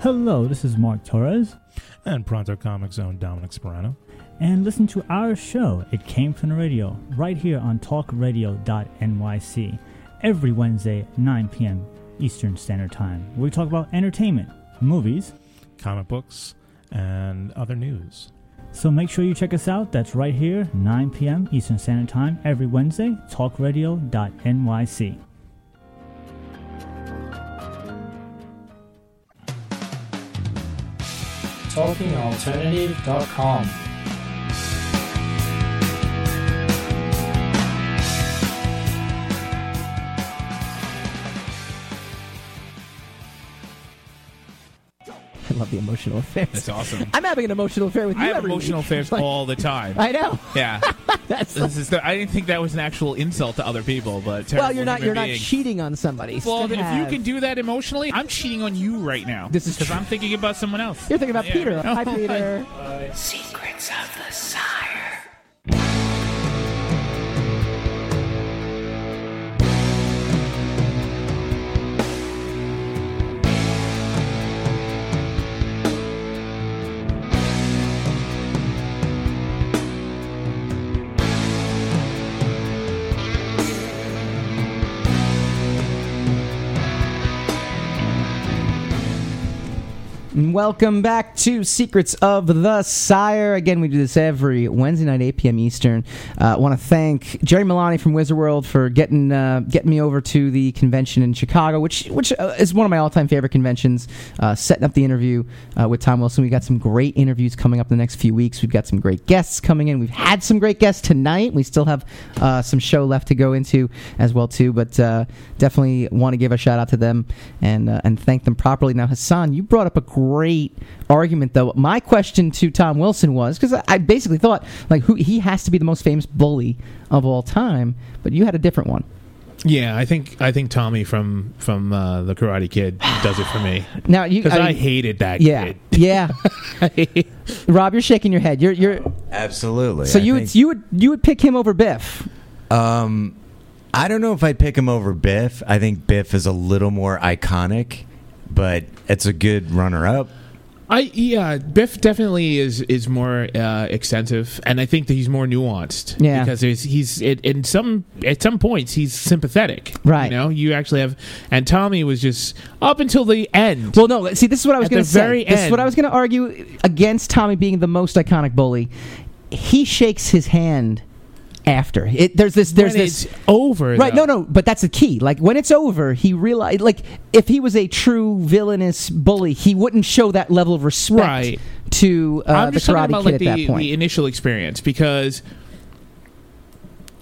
S12: Hello, this is Mark Torres. And Pronto Comic Zone Dominic Sperano. And listen to our show, It Came From the Radio, right here on talkradio.nyc every Wednesday, 9 p.m. Eastern Standard Time, where we talk about entertainment, movies,
S13: comic books, and other news.
S12: So make sure you check us out. That's right here, 9 p.m. Eastern Standard Time every Wednesday, talkradio.nyc.
S5: TalkingAlternative.com.
S1: I love the emotional [LAUGHS] affairs.
S2: That's awesome.
S1: I'm having an emotional affair with you.
S2: I have
S1: every [LAUGHS]
S2: emotional
S1: week.
S2: affairs
S1: Like,
S2: all the time.
S1: I know. [LAUGHS]
S2: [LAUGHS] Yeah. this is the, I didn't think that was an actual insult to other people, but terrible
S1: Well, you're not.
S2: human
S1: You're
S2: being.
S1: not cheating on somebody.
S2: Well,
S1: Still
S2: if you
S1: have-
S2: can do that emotionally, I'm cheating on you right now. This is because I'm thinking about someone else.
S1: You're thinking about
S2: Yeah. [LAUGHS]
S1: Peter. Hi,
S2: No, I-
S1: Peter.
S8: Secrets of the Sire.
S1: Welcome back to Secrets of the Sire. Again, we do this every Wednesday night, 8 p.m. Eastern. Uh, I want to thank Jerry Milani from Wizard World for getting uh, getting me over to the convention in Chicago, which which uh, is one of my all time favorite conventions. Uh, setting up the interview uh, with Tom Wilson. We got some great interviews coming up in the next few weeks. We've got some great guests coming in. We've had some great guests tonight. We still have uh, some show left to go into as well too, but uh, definitely want to give a shout out to them and uh, and thank them properly. Now, Hassan, you brought up a great argument though. My question to Tom Wilson was because I, I basically thought like who he has to be the most famous bully of all time, but you had a different one.
S2: Yeah, I think I think Tommy from from uh, the Karate Kid does it for me.
S1: Now you,
S2: because I,
S1: mean-
S2: hated that
S1: yeah,
S2: kid.
S1: yeah. Rob, you're shaking your head. You're you're.
S4: Oh, Absolutely.
S1: So
S4: I
S1: you
S4: think-
S1: would you would you would pick him over Biff?
S4: Um, I don't know if I'd pick him over Biff. I think Biff is a little more iconic, but it's a good runner-up.
S2: I yeah, Biff definitely is is more uh, extensive, and I think that he's more nuanced.
S1: Yeah.
S2: because there's, he's it, in some at some points he's sympathetic.
S1: Right.
S2: You know, you actually have, and Tommy was just up until the end.
S1: Well, no. See, this is what I was
S2: At
S1: going
S2: the
S1: to say.
S2: very
S1: This is
S2: end.
S1: what I was going to argue against Tommy being the most iconic bully. He shakes his hand after. It, there's this. There's
S2: When
S1: this
S2: it's over,
S1: Right?
S2: though.
S1: No, no. But that's the key. Like when it's over, he realized. Like if he was a true villainous bully, he wouldn't show that level of respect
S2: Right.
S1: to uh,
S2: I'm
S1: the
S2: just
S1: Karate
S2: talking
S1: Kid
S2: about like
S1: at
S2: the,
S1: that point.
S2: the initial experience because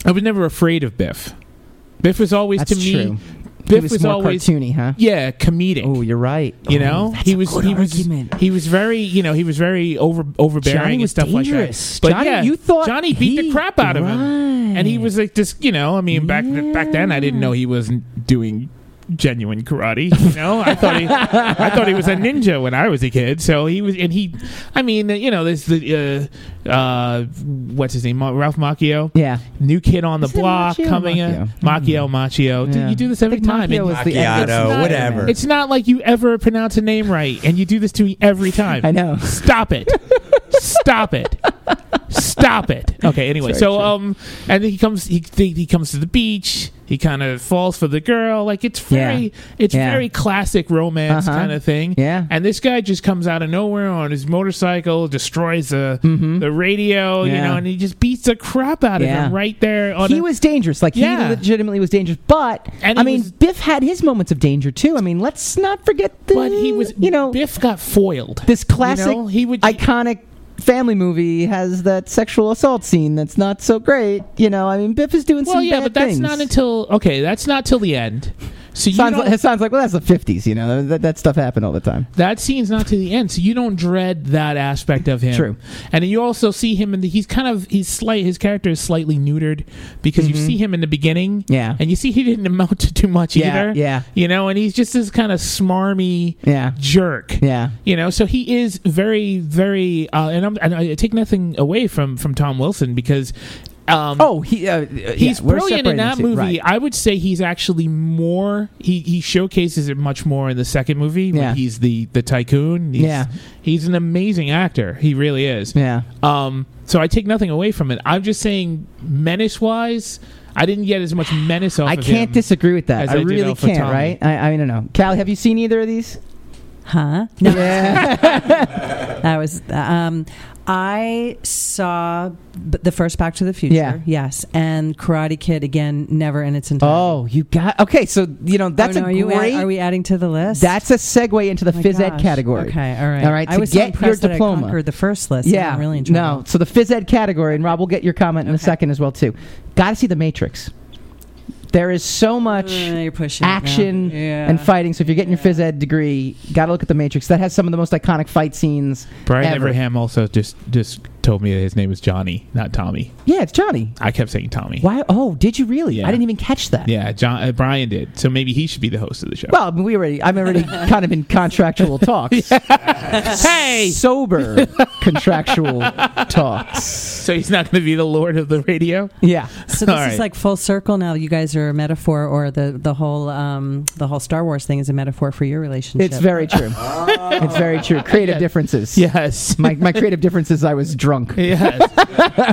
S2: I was never afraid of Biff. Biff was always
S1: That's
S2: to me.
S1: true.
S2: Biff
S1: He was more
S2: always
S1: cartoony, huh?
S2: Yeah, comedic. Oh,
S1: you're right.
S2: You
S1: Oh,
S2: know,
S1: that's
S2: he
S1: a
S2: was
S1: good
S2: he was
S1: argument.
S2: he was very you know he was very over overbearing
S1: Johnny
S2: and
S1: was
S2: stuff
S1: dangerous.
S2: like that. But
S1: Johnny-
S2: yeah,
S1: you thought
S2: Johnny beat
S1: he-
S2: the crap out of him, and he was like just you know I mean back back then I didn't know he wasn't doing genuine karate. You know, I thought he I thought he was a ninja when I was a kid. So he was and he I mean you know there's the uh, uh, what's his name Ralph Macchio
S1: yeah
S2: new kid on the
S1: Is it
S2: block
S1: Macchio or
S2: coming in Macchio Macchio. Do-
S1: Yeah.
S2: You do this every
S1: I think
S2: time.
S1: Macchio
S2: and-
S1: was the-
S4: Macchiato,
S2: It's not-
S4: whatever.
S2: It's not like you ever pronounce a name right, and you do this to me every time.
S1: I know.
S2: Stop it. Stop it. Stop it. Okay. Anyway,
S1: Sorry,
S2: so
S1: sorry.
S2: um, and then he comes. He he he comes to the beach. He kind of falls for the girl. Like it's very,
S1: Yeah.
S2: it's
S1: Yeah.
S2: very classic romance
S1: Uh-huh.
S2: kind of thing.
S1: Yeah.
S2: And this guy just comes out of nowhere on his motorcycle, destroys the the radio, you
S1: Mm-hmm. Yeah.
S2: know, and he just beats the crap out
S1: Yeah.
S2: of him right there. On
S1: he
S2: a-
S1: was dangerous. Like
S2: Yeah.
S1: he legitimately was dangerous. But
S2: And
S1: I
S2: he
S1: mean,
S2: was-
S1: Biff had his moments of danger too. I mean, let's not forget. The,
S2: But he was,
S1: you know,
S2: Biff got foiled.
S1: this classic,
S2: You know, he would
S1: iconic family movie has that sexual assault scene that's not so great. You know, I mean, Biff is doing
S2: Well,
S1: some
S2: yeah,
S1: bad
S2: but that's
S1: things.
S2: not until okay. That's not till the end. So you
S1: Sounds
S2: don't-
S1: like, [LAUGHS] it sounds like well, that's the fifties. You know, that, that stuff happened all the time.
S2: that scene's not to the end, so you don't dread that aspect of him.
S1: True.
S2: and you also see him in the. He's kind of he's slight. His character is slightly neutered because
S1: Mm-hmm.
S2: you see him in the beginning.
S1: Yeah.
S2: and you see he didn't amount to too much
S1: Yeah,
S2: either.
S1: yeah.
S2: you know, and he's just this kind of smarmy
S1: Yeah,
S2: jerk.
S1: yeah.
S2: You know, so he is very, very, uh, and, I'm, and I take nothing away from from Tom Wilson because. Um,
S1: Oh, he uh,
S2: he's
S1: yeah, we're
S2: brilliant
S1: separating
S2: in that
S1: the two,
S2: movie.
S1: right.
S2: I would say he's actually more he, he showcases it much more in the second movie when
S1: Yeah.
S2: he's the the tycoon. He's,
S1: Yeah.
S2: he's an amazing actor. He really is.
S1: Yeah.
S2: Um. So I take nothing away from it. I'm just saying menace wise, I didn't get as much menace off.
S1: I
S2: of
S1: can't
S2: him
S1: disagree with that.
S2: as
S1: I
S2: I do
S1: really
S2: know for
S1: can't.
S2: Tommy.
S1: Right? I, I don't know. Callie, have you seen either of these?
S3: Huh?
S1: No. Yeah.
S3: I was. Um, I saw b- the first Back to the Future.
S1: Yeah.
S3: Yes, and Karate Kid again, never in its entirety.
S1: [LAUGHS] Oh, you got okay. So you know that's
S3: Oh, no,
S1: a
S3: are you add-
S1: great.
S3: are we adding to the list?
S1: That's a segue into the
S3: my
S1: phys ed
S3: gosh.
S1: category.
S3: Okay, all right.
S1: All right.
S3: I
S1: to
S3: was so
S1: get your
S3: impressed that I
S1: diploma.
S3: conquered the first list.
S1: Yeah,
S3: Now I'm really in
S1: no. So the phys ed category, and Rob, we'll get your comment in a second as well too. Got to see the Matrix. There is so
S3: Uh,
S1: much
S3: pushing it now.
S1: action
S3: Yeah.
S1: and fighting. So if you're getting your phys ed degree, got to look at the Matrix. That has some of the most iconic fight scenes.
S2: Brian
S1: ever.
S2: Abraham also just just told me that his name is Johnny, not Tommy.
S1: Yeah, it's Johnny.
S2: I kept saying Tommy.
S1: Why? Oh, did you really?
S2: Yeah.
S1: I didn't even catch that.
S2: Yeah, John uh, Brian did. So maybe he should be the host of the show.
S1: Well, I mean, we already. I'm
S3: [LAUGHS]
S1: already kind of in contractual talks. hey,
S3: [LAUGHS]
S1: sober contractual talks.
S2: so he's not going to be the lord of the radio.
S1: Yeah.
S3: So this is like full circle now. You guys are a metaphor, or the the whole um, the whole Star Wars thing is a metaphor for your relationship.
S1: [LAUGHS] It's very
S2: [LAUGHS]
S1: true. it's very true. Creative differences.
S2: Yes.
S1: My, my creative differences, I was
S2: [LAUGHS]
S1: drunk.
S2: Yes.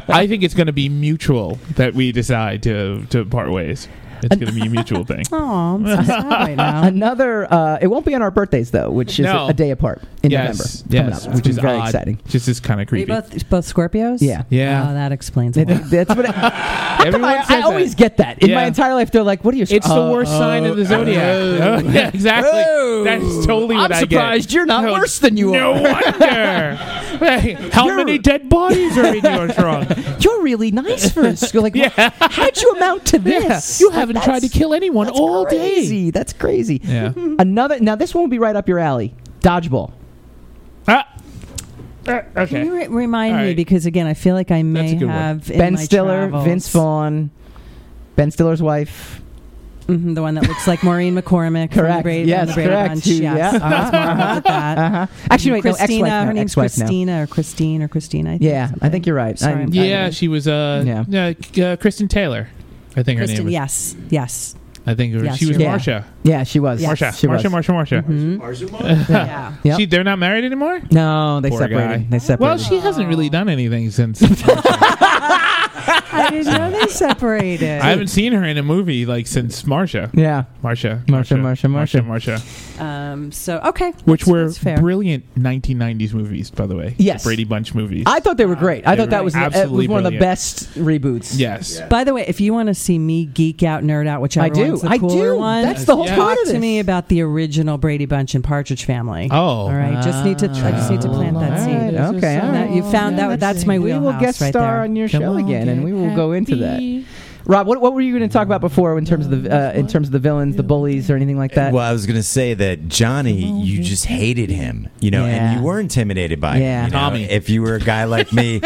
S2: I think it's going to be mutual that we decide to to part ways. It's going to be a mutual thing.
S3: Oh, I'm so sad right now.
S1: Another, uh, it won't be on our birthdays though, which is
S2: No.
S1: a day apart [LAUGHS] in
S2: yes,
S1: November. coming
S2: yes,
S1: up, which is very
S2: odd.
S1: exciting.
S2: Just is kind of
S3: Are you
S2: creepy.
S3: both both Scorpios?
S1: Yeah.
S2: Yeah.
S3: Oh, that explains
S1: It-
S3: it.
S1: that's
S2: [LAUGHS]
S1: what. I, how come
S2: Everyone
S1: I-
S2: says
S1: I
S2: that.
S1: always get that in my
S2: Yeah.
S1: entire life. They're like, "What are you?"
S2: It's the worst sign of the zodiac.
S1: oh.
S2: Oh, yeah, [LAUGHS] exactly.
S1: Oh.
S2: That's totally what
S1: I'm
S2: I get.
S1: surprised you're not
S2: No-
S1: worse than you
S2: no
S1: are.
S2: wonder. Hey, how many dead bodies are in
S1: [LAUGHS]
S2: your trunk?
S1: [LAUGHS] You're really nice for
S2: [LAUGHS]
S1: us. You're like, "Well, how'd you amount to
S2: Yeah.
S1: this?
S2: You
S1: Like,
S2: haven't
S1: that's-
S2: tried to kill anyone
S1: that's
S2: all day.
S1: crazy. That's crazy. [LAUGHS]
S2: Yeah.
S1: Another. Now this one will be right up your alley. Dodgeball.
S2: Ah, uh,
S3: Can you re- remind
S1: All
S3: me
S1: right.
S3: because again, I feel like I may have in
S1: Ben
S3: my
S1: Stiller,
S3: travels-
S1: Vince Vaughn, Ben Stiller's wife.
S3: Mhm, the one that looks like Maureen McCormick. from the
S1: Correct.
S3: Brady-
S1: Yes,
S3: the Brady
S1: correct.
S3: Bunch.
S1: Who- [LAUGHS]
S3: Yes,
S1: yeah.
S3: I was marveled at that.
S1: Uh-huh. Actually, wait, no,
S3: Uh, Christina.
S1: ex-wife now,
S3: Her name's
S1: ex-wife now.
S3: Christina or Christine or Christine. I think
S1: Yeah, I think you're right.
S3: Sorry,
S1: I'm-
S2: Yeah, she was. Uh, yeah, uh, Kristen Taylor. I think her name
S3: Kristen.
S2: was.
S3: Yes, yes.
S2: I think it was,
S3: Yes,
S2: she was
S1: you're right.
S2: Marsha.
S1: Yeah, she was.
S2: Marsha.
S1: Yes, she
S2: Marsha,
S1: was.
S2: Marsha. Marsha.
S3: Mm-hmm.
S2: [LAUGHS]
S1: Marsha. Yeah. Yep.
S2: She, they're not married anymore.
S1: No, they
S2: Poor
S1: separated.
S2: guy.
S1: They separated.
S2: Well, she hasn't really done
S1: [LAUGHS]
S2: anything since.
S3: I didn't know they separated.
S2: [LAUGHS] I haven't seen her in a movie like since Marsha.
S1: Yeah.
S2: Marsha.
S1: Marsha, Marsha,
S2: Marsha.
S1: Marsha.
S2: Marsha.
S3: Um, so okay,
S2: Which
S3: that's-
S2: were
S3: that's fair.
S2: brilliant 1990s movies, by the way. The
S1: Yes.
S2: Brady Bunch movies.
S1: I thought they were great. I
S2: They
S1: thought
S2: were
S1: that was, the- it was
S2: absolutely
S1: one of the
S2: brilliant.
S1: best reboots.
S2: Yes.
S3: By the way, if you want to see me geek out, nerd out, whichever
S1: I do.
S3: one's the
S1: I
S3: cooler
S1: do.
S3: one,
S1: That's the whole
S3: talk
S1: point of
S3: to
S1: this.
S3: me about the original Brady Bunch and Partridge Family.
S2: Oh,
S3: all right. Just need to. I just need to plant that
S1: All
S3: seed.
S1: right, okay, all
S3: That-
S1: right.
S3: You found that. That's my
S1: We
S3: wheelhouse
S1: will guest
S3: right
S1: star
S3: there.
S1: on your show again, and we will go into that. Rob, what, what were you going to talk about before in terms of the uh, in terms of the villains, the bullies, or anything like that?
S4: Well, I was going to say that Johnny, you just hated him, you know,
S1: Yeah.
S4: and you were intimidated by
S1: Yeah.
S4: him. You know?
S2: Tommy.
S4: If you were a guy like
S1: [LAUGHS]
S4: me,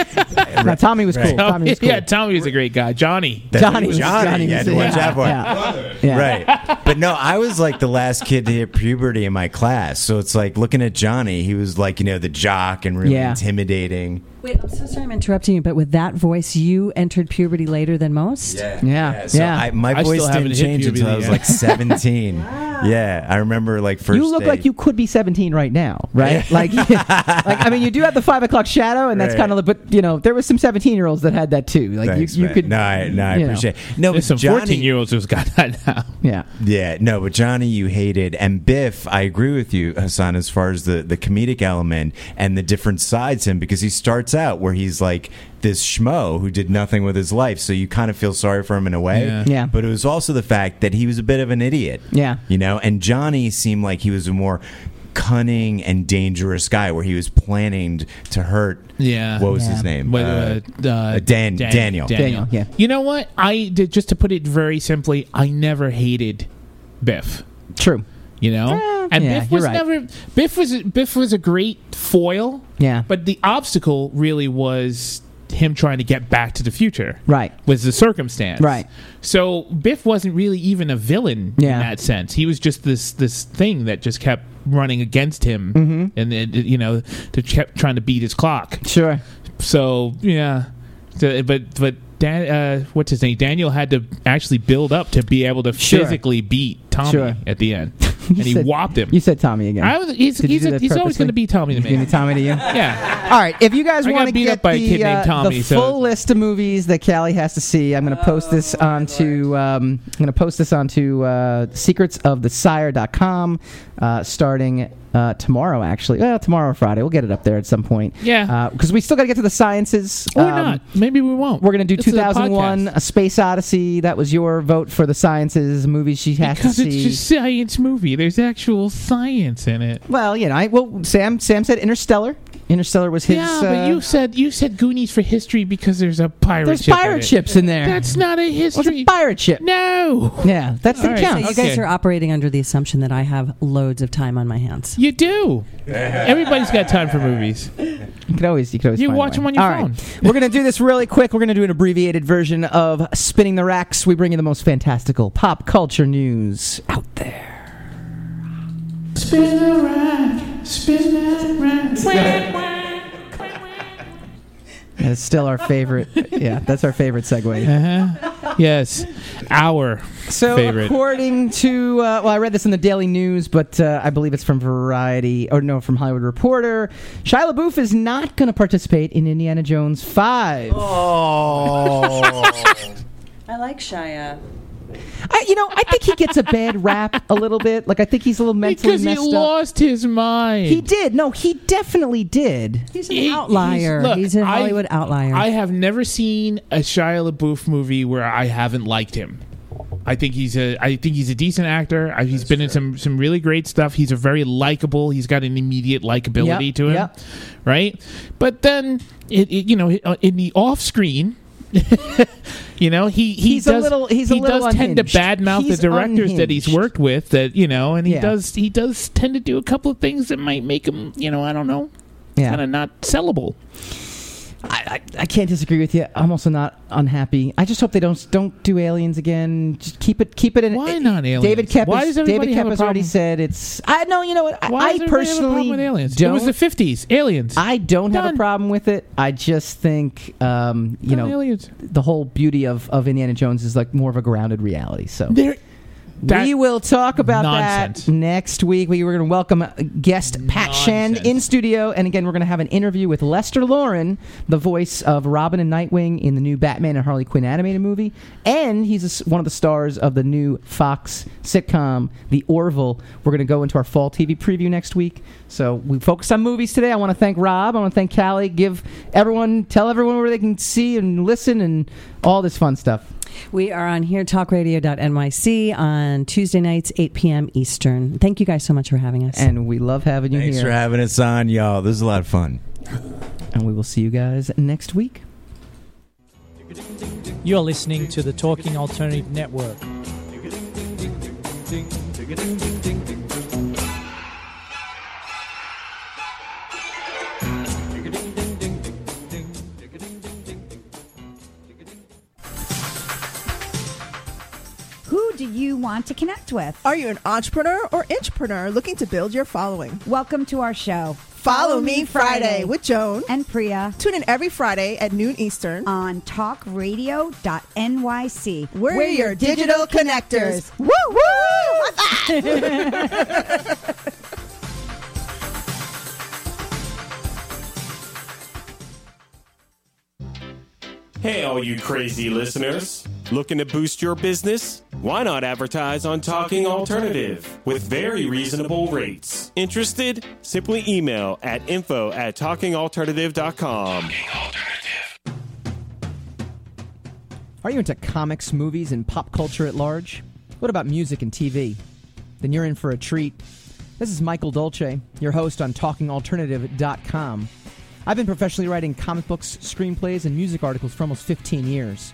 S1: No, Tommy
S4: [LAUGHS]
S1: was cool.
S4: Right.
S1: Tommy was cool.
S2: [LAUGHS] Yeah, Tommy was a great guy. Johnny.
S4: That's
S1: Johnny
S4: right.
S1: was-
S4: Johnny,
S1: Johnny
S4: you had
S1: was-
S4: to watch
S1: yeah,
S4: out for
S1: yeah.
S4: him.
S1: Yeah.
S4: Right. But no, I was like the last kid to hit puberty in my class. So it's like looking at Johnny, he was like, you know, the jock and really
S3: Yeah.
S4: intimidating.
S3: Wait, I'm so sorry I'm interrupting you, but with that voice, you entered puberty later than most.
S4: So I, my
S2: I still
S4: voice
S2: haven't
S4: didn't
S2: hit
S4: change
S2: puberty
S4: until I was
S2: yet.
S4: like 17.
S1: [LAUGHS]
S4: Yeah. I remember like first.
S1: Ah. you look
S4: day-
S1: like you could be 17 right now, right? like, [LAUGHS] like I mean, you do have the five o'clock shadow, and that's
S4: Right.
S1: kind of. But you know, there was some 17 year olds that had that too. Like
S4: Thanks,
S1: you, you
S4: man.
S1: could.
S4: No, I, no, I
S1: you know.
S4: appreciate it. No,
S2: There's
S4: but
S2: some
S4: Johnny,
S2: 14 year olds who's got that now.
S1: Yeah.
S4: Yeah, no, but Johnny, you hated, and Biff, I agree with you, Hassan, as far as the the comedic element and the different sides him, because he starts out where he's like this schmo who did nothing with his life, so you kind of feel sorry for him in a way.
S1: Yeah. Yeah.
S4: But it was also the fact that he was a bit of an idiot.
S1: Yeah.
S4: You know, and Johnny seemed like he was a more cunning and dangerous guy, where he was planning to hurt.
S2: Yeah.
S4: What was
S2: Yeah.
S4: his name?
S2: What, uh, uh,
S4: Dan, Daniel.
S1: Daniel, yeah.
S2: You know what? I did just to put it very simply. I never hated Biff.
S1: True.
S2: You know, and
S1: Eh, yeah,
S2: Biff
S1: you're
S2: was
S1: right.
S2: never. Biff was Biff was a great foil.
S1: Yeah.
S2: But the obstacle really was him trying to get back to the future.
S1: Right.
S2: Was the circumstance.
S1: Right.
S2: So Biff wasn't really even a villain
S1: Yeah.
S2: in that sense. He was just this this thing that just kept running against him,
S1: Mhm.
S2: and it, it- you know, to kept trying to beat his clock.
S1: Sure.
S2: So yeah, So, eh, but but Dan, uh, what's his name? Daniel had to actually build up to be able to
S1: Sure.
S2: physically beat Tommy
S1: Sure.
S2: at the
S1: [LAUGHS]
S2: end, and he
S1: said-
S2: whopped him.
S1: You said Tommy again.
S2: I was, he's
S1: Did you
S2: he's,
S1: do
S2: a,
S1: that
S2: he's always
S1: purposely?
S2: going to be Tommy to
S1: He's gonna
S2: me.
S1: be Tommy to you.
S2: Yeah.
S1: All right. If you guys
S2: I got
S1: want to
S2: beat
S1: get
S2: up by a
S1: the,
S2: kid named
S1: uh,
S2: Tommy,
S1: the
S2: so-
S1: full list of movies that Callie has to see, I'm going to post this onto. Um, I'm going to post this onto uh, secretsofthe sire.com, uh, starting uh, tomorrow, actually. Well, tomorrow or Friday. We'll get it up there at some point.
S2: Yeah.
S1: Because we still got to get to the sciences. Um,
S2: Or not. Maybe we won't.
S1: We're going to do
S2: This is a
S1: 2001 a, Space Odyssey. That was your vote for the sciences movies she has
S2: Because
S1: to
S2: it's
S1: see.
S2: a science movie. There's actual science in it.
S1: well, you know, I, well, Sam Sam said Interstellar. Interstellar was his.
S2: yeah, but
S1: uh,
S2: you said you said Goonies for history because there's a pirate.
S1: There's
S2: ship in
S1: pirate
S2: it.
S1: ships in there.
S2: That's not a history.
S1: What's a pirate ship?
S2: No.
S1: Yeah, that's
S2: All right.
S3: So you guys are operating under the assumption that I have loads of time on my hands.
S2: You do. Everybody's got time for movies.
S1: You can always you can always
S2: You
S1: find a
S2: watch
S1: way.
S2: them on your
S1: All right.
S2: phone.
S1: We're gonna do this really quick. We're gonna do an abbreviated version of spinning the racks. We bring you the most fantastical pop culture news out there.
S2: Spin the rack, spin that rack.
S1: That's still our favorite. yeah, that's our favorite segue.
S2: Uh-huh. Yes, our
S1: So,
S2: favorite.
S1: according to, uh, well, I read this in the Daily News, but uh, I believe it's from Variety, or no, from Hollywood Reporter. Shia LaBeouf is not going to participate in Indiana Jones 5. [LAUGHS]
S8: Oh.
S3: I like Shia.
S1: I, you know, I think he gets a bad rap a little bit. Like, I think he's a little mentally
S2: Because he
S1: messed up.
S2: lost his mind.
S1: He did. No, he definitely did.
S3: He's
S2: He-
S3: outlier.
S2: look,
S3: He's a
S2: I-
S3: Hollywood outlier.
S2: I have never seen a Shia LaBeouf movie where I haven't liked him. I think he's a I think he's a decent actor. I, he's been in some some really great stuff. He's a very likable. He's got an immediate likability
S1: Yep,
S2: to him,
S1: yep.
S2: right? But then it, it, you know uh, in the off screen. [LAUGHS] you know he, he
S1: He's a
S2: does
S1: little- he's a
S2: he
S1: little
S2: does tend to
S1: unhinged.
S2: badmouth
S1: He's
S2: the directors that he's
S1: unhinged.
S2: worked with that you know and he
S1: Yeah.
S2: does he does tend to do a couple of things that might make him you know I don't know
S1: Yeah.
S2: kind of not sellable
S1: I, I, I can't disagree with you. I'm also not unhappy. I just hope they don't don't do aliens again. Just keep it keep it in.
S2: Why not aliens?
S1: Uh, David Kep.
S2: Why does
S1: is,
S2: everybody
S1: David
S2: have
S1: Kep
S2: a
S1: has already
S2: problem?
S1: said it's. I no. You know what? I,
S2: Why
S1: I
S2: does everybody have a problem
S1: personally
S2: with aliens?
S1: don't.
S2: It was the fifties. Aliens.
S1: I don't have a
S2: Done.
S1: problem with it. I just think um, you
S2: Done
S1: know
S2: aliens.
S1: the whole beauty of of Indiana Jones is like more of a grounded reality. So
S2: There. That-
S1: we will talk about
S2: Nonsense.
S1: that next week. We were going to welcome uh, guest Pat Shan in studio, and again, we're going to have an interview with Lester Lauren, the voice of Robin and Nightwing in the new Batman and Harley Quinn animated movie, and he's a s one of the stars of the new Fox sitcom The Orville. We're going to go into our fall TV preview next week. So we focused on movies today. I want to thank Rob. I want to thank Callie. Give everyone, tell everyone where they can see and listen and all this fun stuff.
S3: We are on here, talkradio.nyc, on Tuesday nights, 8 p.m. Eastern. Thank you guys so much for having us.
S1: And we love having you
S4: Thanks
S1: here.
S4: for having us on, y'all. This is a lot of fun.
S1: and we will see you guys next week.
S5: You're listening to the Talking Alternative Network.
S6: Who do you want to connect with?
S8: Are you an entrepreneur or intrapreneur looking to build your following?
S6: Welcome to our show.
S8: Follow Me Friday with Joan.
S6: and Priya
S8: Tune in every Friday at noon Eastern.
S6: on talkradio.nyc.
S8: We're, your digital connectors. Woo woo! High five!
S13: Hey, all you crazy listeners. Looking to boost your business? Why not advertise on Talking Alternative with very reasonable rates? Interested? Simply email at info at talkingalternative.com.
S1: Are you into comics, movies, and pop culture at large? What about music and TV? Then you're in for a treat. This is Michael Dolce, your host on TalkingAlternative.com. I've been professionally writing comic books, screenplays, and music articles for almost 15 years.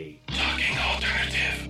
S13: Talking Alternative.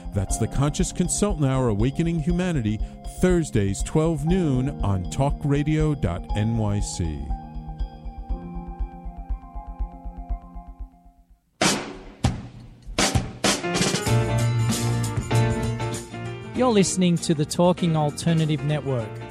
S14: That's The Conscious Consultant Hour Awakening Humanity, Thursdays, 12 noon on talkradio.nyc.
S5: You're listening to the Talking Alternative Network.